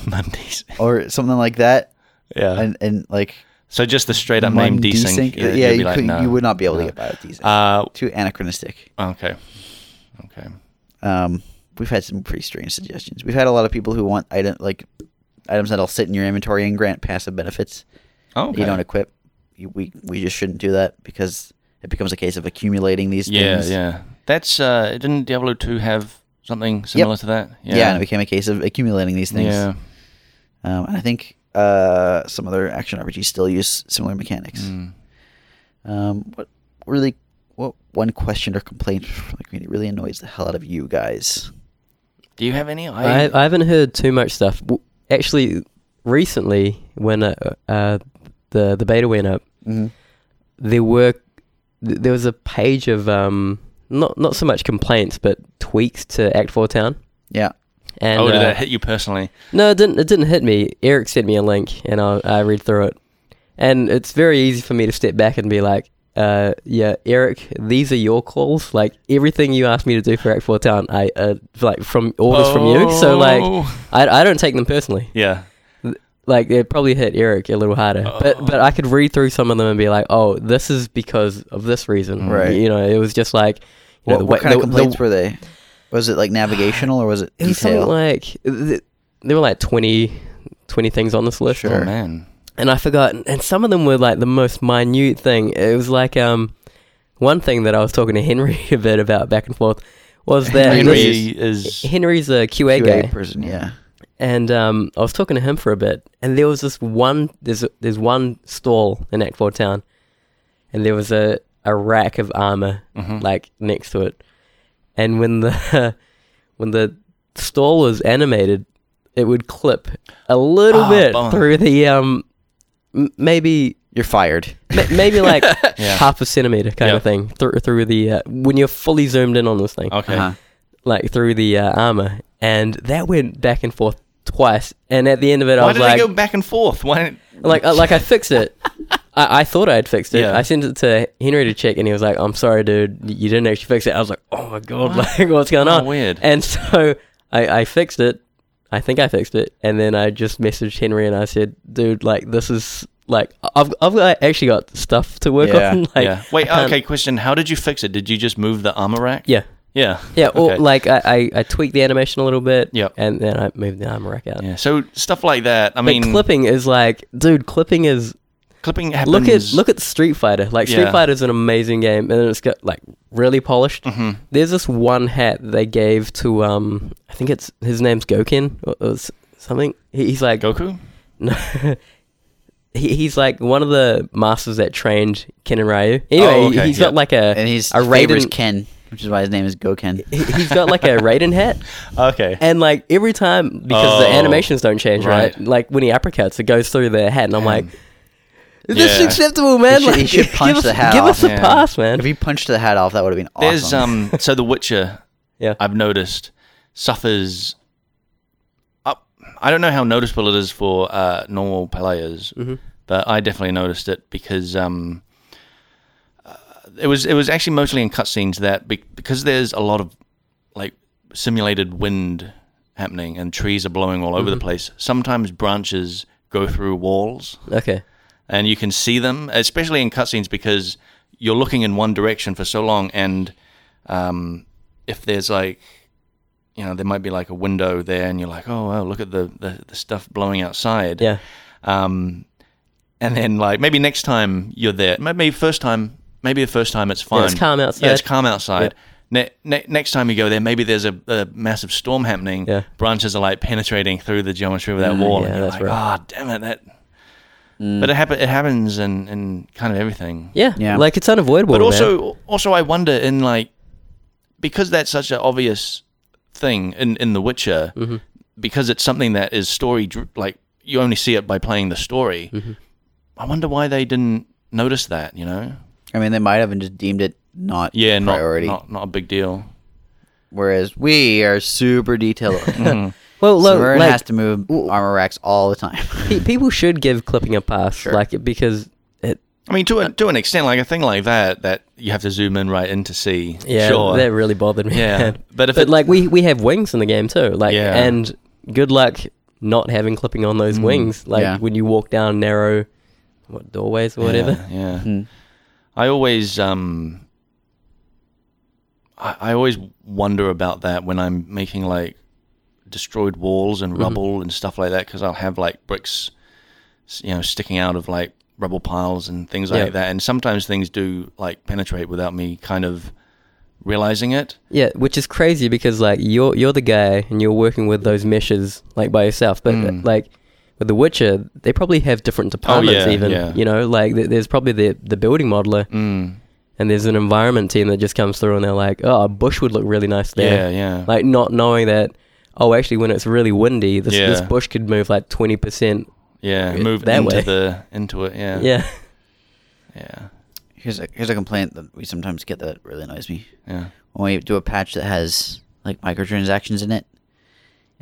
S1: Mondays.
S2: or something like that,
S1: Yeah.
S2: and and like
S1: so just the straight up name
S2: Mundy
S1: desync.
S2: Sync. uh, Yeah,
S1: you'd be
S2: you,
S1: like,
S2: could,
S1: no.
S2: you would not be able to
S1: no.
S2: get by with these.
S1: Uh,
S2: Too anachronistic.
S1: okay. Okay.
S2: Um, we've had some pretty strange suggestions. We've had a lot of people who want item like items that'll sit in your inventory and grant passive benefits.
S1: Oh,
S2: that you don't equip. You, we we just shouldn't do that because it becomes a case of accumulating these
S1: Yeah,
S2: things.
S1: yeah. That's uh didn't Diablo 2 have something similar to that?
S2: yeah. and it became a case of accumulating these things.
S1: Yeah.
S2: Um, and I think uh, some other action RPGs still use similar mechanics.
S1: Mm.
S2: Um, what really? What one question or complaint from the community really annoys the hell out of you guys?
S1: Do you have any
S3: I,
S1: I,
S3: I haven't heard too much stuff. W- Actually, recently when uh, uh, the the beta went up,
S2: Mm-hmm.
S3: there were th- there was a page of um not not so much complaints but tweaks to Act Four Town.
S2: Yeah.
S3: And
S1: Oh, did
S3: uh,
S1: that hit you personally?
S3: no, it didn't. It didn't hit me. Eric sent me a link, and I, I read through it. And it's very easy for me to step back and be like, uh, "Yeah, Eric, these are your calls. Like everything you asked me to do for Act Four Town, I uh, like from orders from you. So like,
S1: Oh.
S3: I, I don't take them personally.
S1: Yeah.
S3: Like it probably hit Eric a little harder.
S1: Oh.
S3: But but I could read through some of them and be like, "Oh, this is because of this reason.
S2: Mm. Right.
S3: You know, it was just like." you
S2: What,
S3: know, the
S2: what
S3: way-
S2: kind of
S3: the- the-
S2: complaints were they? Was it like navigational or was it
S3: it was something
S2: detail?
S3: like th- there were like 20, 20 things on this list.
S2: Sure.
S1: Oh man.
S3: and I forgot. And some of them were like the most minute thing. It was like um, one thing that I was talking to Henry a bit about back and forth was
S1: Henry
S3: that
S2: Henry
S3: this-
S1: is
S3: Henry's a QA,
S2: QA
S3: guy,
S2: person, yeah.
S3: and um, I was talking to him for a bit, and there was this one. There's there's one stall in Act Four Town, and there was a a rack of armor
S1: Mhm.
S3: like next to it, and when the when the stall was animated, it would clip a little
S1: Ah,
S3: bit
S1: bummer.
S3: through the um, m- maybe
S2: You're fired.
S3: Ma- maybe like
S1: Yeah.
S3: half a centimeter kind
S1: Yeah.
S3: of thing through through the uh, when you're fully zoomed in on this thing,
S1: Okay.
S2: Uh-huh.
S3: like through the uh, armor, and that went back and forth twice. And at the end of it, I
S1: Why
S3: was
S1: did
S3: like,
S1: they go back and forth? Why didn't
S3: like uh, like I fixed it. I, I thought I had fixed it.
S1: Yeah.
S3: I sent it to Henry to check, and he was like, "I'm sorry, dude, you didn't actually fix it." I was like, "Oh my god, like what's going
S1: Oh,
S3: on?"
S1: weird.
S3: And so I, I fixed it. I think I fixed it, and then I just messaged Henry and I said, "Dude, like this is like I've I've got- actually got stuff to work
S2: Yeah,
S3: on." Like,
S1: yeah. Wait,
S3: I can't-
S1: okay, question. How did you fix it? Did you just move the armor rack?
S3: yeah,
S1: Yeah.
S3: yeah. Or
S1: Okay.
S3: like I, I I tweaked the animation a little bit.
S1: Yep.
S3: and then I moved the armor rack out.
S1: yeah. So stuff like that. I
S3: But
S1: mean,
S3: clipping is like, dude, clipping is
S1: clipping happens.
S3: look at look at Street Fighter. Like Street
S1: Yeah.
S3: Fighter is an amazing game, and it's got like really polished.
S1: Mhm.
S3: There's this one hat they gave to um, I think it's his name's Goken or, or s- something. He, he's like
S1: Goku.
S3: no, he, he's like one of the masters that trained Ken and Ryu. Anyway,
S1: Oh,
S3: he-
S1: okay,
S3: he's
S1: yeah.
S3: got like a
S2: And he's
S3: A
S2: a favors
S3: Raiden-
S2: Ken, which is why his name is Goken.
S3: he- he's got like a Raiden hat,
S1: Okay.
S3: and like every time because the
S1: Oh,
S3: animations don't change, right.
S1: right.
S3: Like when he uppercuts, it goes through the hat, and I'm like. Is this
S1: Yeah.
S3: acceptable, man?
S2: He should- he
S3: Like,
S2: should
S3: give
S2: punch
S3: us-
S2: the hat
S3: Give
S2: off,
S3: us a
S1: yeah.
S3: pass, man.
S2: If he punched the hat off, that would have been awesome.
S1: There's um. So The Witcher.
S3: Yeah.
S1: I've noticed suffers. Up. I don't know how noticeable it is for uh, normal players, but I definitely noticed it because um. uh, It was it was actually mostly in cutscenes that be- because there's a lot of like simulated wind happening and trees are blowing all over the place. Sometimes branches go through walls
S3: Okay.
S1: and you can see them, especially in cutscenes, because you're looking in one direction for so long, and um, if there's like you know, there might be like a window there, and you're like, oh, well, look at the, the, the stuff blowing outside.
S3: Yeah.
S1: Um, and then like maybe next time you're there, maybe first time, maybe the first time it's fine.
S3: it's calm outside.
S1: Yeah, it's calm outside. Ne- ne- next time you go there, maybe there's a, a massive storm happening.
S3: Yeah. Mm,
S1: Branches are like penetrating through the geometry of that wall.
S3: yeah,
S1: and you're
S3: that's
S1: like,
S3: right. Mm.
S1: oh, damn it, that. But it, happen- it happens in, in kind of everything.
S3: Yeah.
S2: Yeah.
S3: Like it's unavoidable.
S1: But
S3: man.
S1: also, also, I wonder in like because that's such an obvious thing in in The Witcher,
S3: Mm-hmm,
S1: because it's something that is story dr- like you only see it by playing the story.
S3: Mm. mm-hmm.
S1: I wonder why they didn't notice that. You know,
S2: I mean, they might have and just deemed it not
S1: yeah, not
S2: priority.
S1: not not a big deal.
S2: Whereas we are super detailed.
S1: Mm.
S3: well,
S2: so
S3: look,
S2: Vern
S3: like,
S2: has to move armor racks all the time.
S3: pe- people should give clipping a pass, like because it.
S1: I mean, to
S3: Uh,
S1: a, to an extent, like a thing like that that you have to zoom in right in to see.
S3: Yeah,
S1: sure.
S3: that really bothered me.
S1: Yeah,
S3: man.
S1: but if it-
S3: like we we have wings in the game too, like
S1: Yeah.
S3: and good luck not having clipping on those wings, like
S2: Yeah.
S3: when you walk down narrow, what doorways or whatever. Mm.
S1: Yeah. yeah.
S2: Mm-hmm.
S1: I always um I, I always wonder about that when I'm making like destroyed walls
S3: Mm-hmm.
S1: and rubble and stuff like that because I'll have like bricks s- you know sticking out of like rubble piles and things like
S3: Yeah.
S1: that and sometimes things do like penetrate without me kind of realizing it.
S3: Yeah, which is crazy because like you're you're the guy and you're working with those meshes like by yourself, but like with The Witcher, they probably have different departments.
S1: Mm. Oh, yeah,
S3: even
S1: yeah.
S3: you know, like th- there's probably the the building modeler, and there's an environment team that just comes through and they're like, oh, a bush would look really nice
S1: Yeah, yeah.
S3: there. Like not knowing that, oh, actually, when it's really windy, this this
S1: Yeah.
S3: bush could move like twenty percent.
S1: yeah,
S3: it
S1: move
S3: that
S1: into
S3: way.
S1: the into it. Yeah.
S3: Yeah,
S1: Yeah.
S2: here's a here's a complaint that we sometimes get that really annoys me.
S1: Yeah.
S2: When we do a patch that has like microtransactions in it,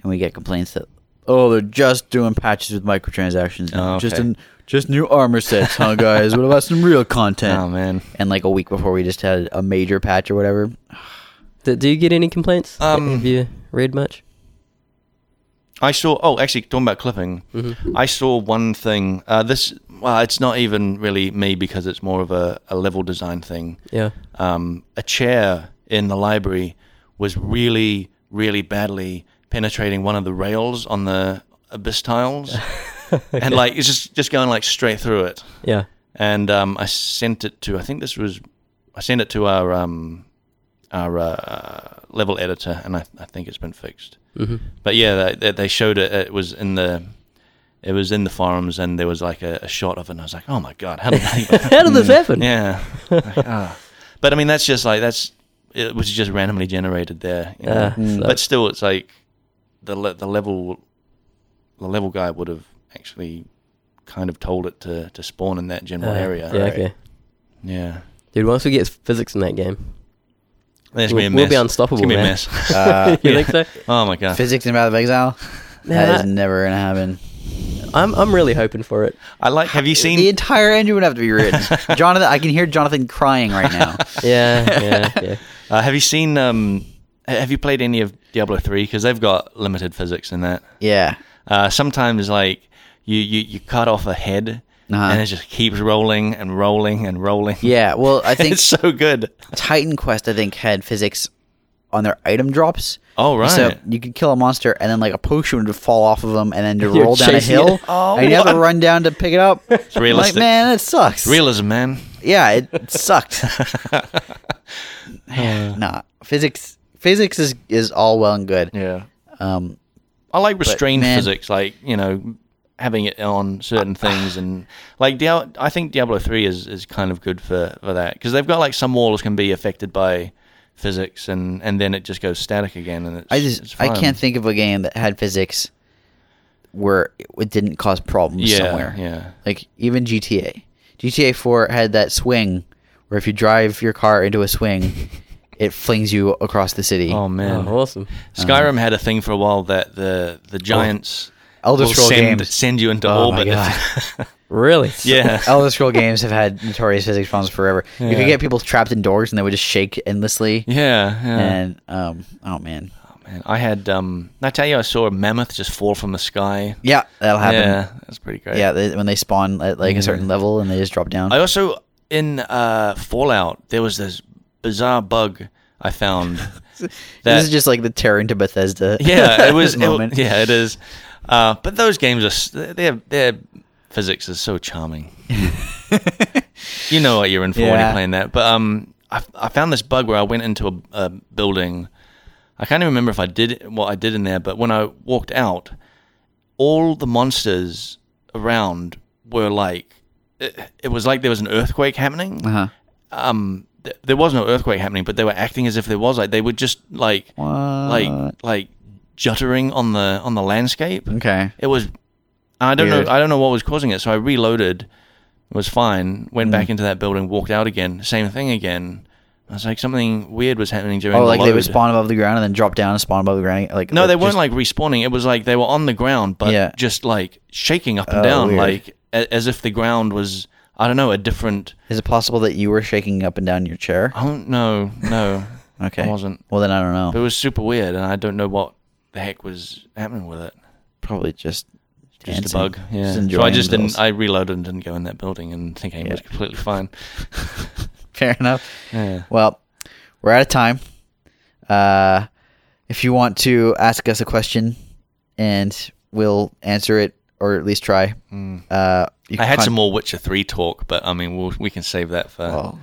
S2: and we get complaints that oh they're just doing patches with microtransactions, now.
S1: Oh,
S2: just
S1: okay.
S2: in, just new armor sets, huh guys? What about some real content?
S1: Oh man.
S2: and like a week before we just had a major patch or whatever.
S3: do, do you get any complaints?
S1: Um,
S3: have you read much?
S1: I saw. Oh, actually, talking about clipping,
S3: Mm-hmm.
S1: I saw one thing. Uh, this, well, it's not even really me because it's more of a, a level design thing.
S3: Yeah.
S1: Um, a chair in the library was really, really badly penetrating one of the rails on the abyss tiles, and like it's just just going like straight through it.
S3: Yeah.
S1: And um, I sent it to. I think this was. I sent it to our um, our uh, level editor, and I, I think it's been fixed
S3: hmm
S1: but yeah, they, they showed it. It was in the it was in the forums, and there was like a, a shot of it. and I was like, oh my god, how did that?
S3: How did this happen?
S1: Mm. yeah, Like, ah. but I mean, that's just like that's it was just randomly generated there. you know?
S3: Ah, so-
S1: Mm. But still, it's like the le- the level the level guy would have actually kind of told it to to spawn in that general
S3: uh,
S1: area.
S3: Yeah.
S1: Right.
S3: Okay.
S1: yeah.
S3: Dude, once we get physics in that game,
S1: There's
S3: We'll-
S1: gonna be a
S3: we'll
S1: mess.
S3: be unstoppable,
S1: It's gonna be a
S3: man.
S1: mess.
S2: Uh,
S3: you
S1: Yeah.
S3: think so?
S1: oh my god.
S2: physics in Path of Exile,
S3: Yeah.
S2: that is never gonna happen.
S3: I'm I'm really hoping for it.
S1: I like. Have you
S2: the
S1: seen?
S2: entire engine would have to be written. Jonathan, I can hear Jonathan crying right now.
S3: Yeah, yeah, yeah.
S1: Uh, have you seen? Um, ha- have you played any of Diablo three? Because they've got limited physics in that.
S2: yeah,
S1: Uh, sometimes, like you, you, you cut off a head,
S2: Uh-huh.
S1: and it just keeps rolling and rolling and rolling.
S2: yeah. Well, I think
S1: it's so good.
S2: Titan Quest, I think, had physics on their item drops.
S1: Oh right.
S2: So you could kill a monster, and then like a potion would fall off of them, and then to
S3: You're
S2: roll down a
S3: chasing
S2: hill,
S3: it.
S1: Oh,
S2: and you have to
S1: what?
S2: run down to pick it up. It's
S1: realistic.
S2: Like, man, that sucks.
S1: Realism, man.
S2: Yeah, it, it sucked.
S1: Uh.
S2: nah, physics. Physics is is all well and good.
S1: Yeah.
S2: Um,
S1: I like restrained
S2: man-
S1: physics, like you know, having it on certain things, and like Diablo. I think Diablo three is, is kind of good for for that because they've got like some walls can be affected by physics, and and then it just goes static again, and it's,
S2: I
S1: it's
S2: just
S1: fine.
S2: I can't think of a game that had physics where it- it didn't cause problems
S1: yeah,
S2: somewhere.
S1: Yeah.
S2: Like even GTA. GTA 4 had that swing where if you drive your car into a swing, it flings you across the city.
S1: Oh man.
S3: Oh, awesome.
S2: Uh-huh.
S1: Skyrim had a thing for a while that the the giants
S2: Oh. Elder
S1: will
S2: Scroll
S1: send,
S2: games.
S1: send you into
S2: Oh, my Oh.
S1: orbit.
S3: Really?
S1: yeah.
S2: Elder Scroll games have had notorious physics problems forever. You
S1: Yeah.
S2: could get people trapped indoors and they would just shake endlessly.
S1: Yeah, yeah.
S2: And um, oh man,
S1: Oh, man, I had um. did I tell you, I saw a mammoth just fall from the sky.
S2: yeah, that'll happen. Yeah,
S1: Yeah, that's pretty great.
S2: they, when they spawn at like a certain level and they just drop down.
S1: I also in uh Fallout there was this bizarre bug I found
S2: this is just like the tear into Bethesda.
S1: yeah, it was. it-
S2: moment.
S1: yeah, it is. Uh, but those games are s- their their physics is so charming. you know what you're in for when
S2: Yeah.
S1: you're playing that. But um, I, I found this bug where I went into a, a building. I can't even remember if I did what I did in there, but when I walked out, all the monsters around were like it, it was like there was an earthquake happening.
S2: Uh-huh.
S1: Um, th- there was no earthquake happening, but they were acting as if there was. Like they were just like like like juttering on the on the landscape.
S2: Uh, Okay.
S1: It was I don't
S2: Weird.
S1: know I don't know what was causing it. So I reloaded, was fine,
S2: Hmm.
S1: went back into that building, walked out again, same thing again. I was like something weird was happening during
S2: Oh,
S1: the
S2: like they would
S1: load.
S2: spawn above the ground and then drop down and spawn above the ground. Like
S1: No, they
S2: just-
S1: weren't like respawning. It was like they were on the ground but
S2: Yeah.
S1: just like shaking up and
S2: Oh,
S1: down
S2: weird.
S1: like a- as if the ground was I don't know, a different
S2: Is it possible that you were shaking up and down your chair?
S1: I don't know. No.
S2: Okay.
S1: I wasn't.
S2: Well, then I don't
S1: But it
S2: know.
S1: was super weird and I don't know what the heck was happening with it.
S2: Probably just
S1: Just a
S2: dancing.
S1: bug. Yeah.
S2: Just
S1: so I
S2: enjoying
S1: just
S2: themselves.
S1: didn't. I reloaded and didn't go in that building and thinking it was
S2: Yeah.
S1: completely fine.
S2: Fair enough.
S1: Yeah.
S2: Well, we're out of time. Uh, if you want to ask us a question, and we'll answer it or at least try. Uh, you
S1: I
S2: can
S1: had
S2: con-
S1: some more Witcher three talk, but I mean we'll, we can save that for
S2: Well,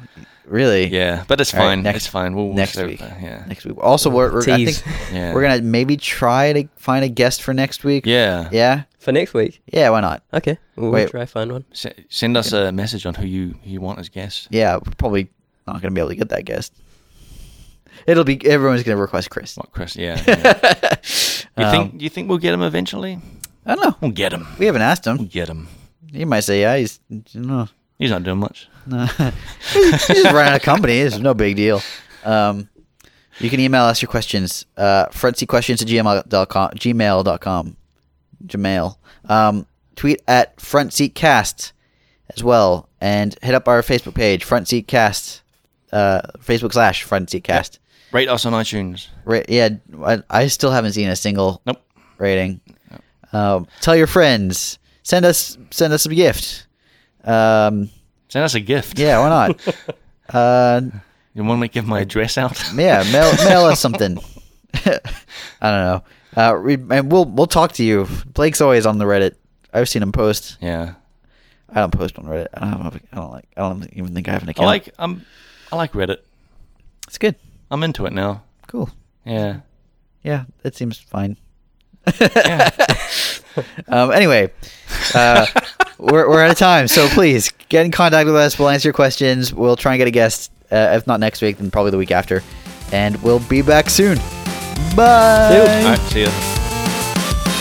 S2: really?
S1: yeah. But it's
S2: All right,
S1: fine.
S2: next-
S1: it's fine. We'll, we'll
S2: next
S1: save
S2: week.
S1: that, Yeah.
S2: Next week. Also, we're, we're I
S3: Tease.
S2: think
S1: Yeah.
S2: we're gonna maybe try to find a guest for next week.
S1: yeah.
S2: Yeah.
S3: for next week.
S2: Yeah. Why not?
S3: Okay, we'll
S2: Wait.
S3: try find one.
S1: S- send us a message on who you who you want as guest.
S2: Yeah. We're probably not gonna be able to get that guest. It'll be everyone's gonna request Chris. Um,
S1: What Chris? Yeah. yeah. you think you think we'll get him eventually?
S2: I don't know.
S1: We'll get him.
S2: We haven't asked him.
S1: We'll get him.
S2: He might say, "Yeah, he's no,
S1: He's not doing much.
S2: no. he's just running a company. It's no big deal." Um, you can email us your questions. Uh, frontseatquestions at gmail.com. Gmail.com. Gmail. Um, tweet at front seat cast as well, and hit up our Facebook page, front seat cast. Uh, Facebook slash front seat cast.
S1: Rate us on iTunes.
S2: Ra- yeah, I, I still haven't seen a single
S1: Nope.
S2: rating. Um, tell your friends. Send us send us a gift. Um,
S1: Send us a gift.
S2: yeah, why not? uh,
S1: You want me to give my address out?
S2: yeah, mail mail us something. I don't know. Uh, re- and we'll we'll talk to you. Blake's always on the Reddit. I've seen him post.
S1: yeah.
S2: I don't post on Reddit. I don't. Have, a- I don't like. I don't even think I have an
S1: I
S2: account.
S1: like um I like Reddit.
S2: It's good.
S1: I'm into it now.
S2: Cool.
S1: Yeah.
S2: Yeah, that seems fine. um, anyway, uh, we're, we're out of time, so please get in contact with us. We'll answer your questions. We'll try and get a guest. Uh, if not next week, then probably the week after. And we'll be back soon. Bye.
S3: See you.
S1: All right, see ya.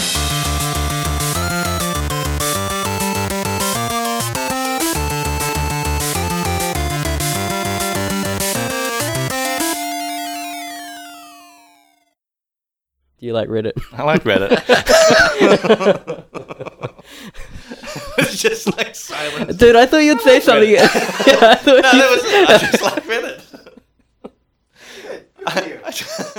S3: Do you like Reddit?
S1: I like Reddit. it's just like silence.
S3: Dude, I thought you'd say something. Yeah, I thought
S1: I just like Reddit. I- I-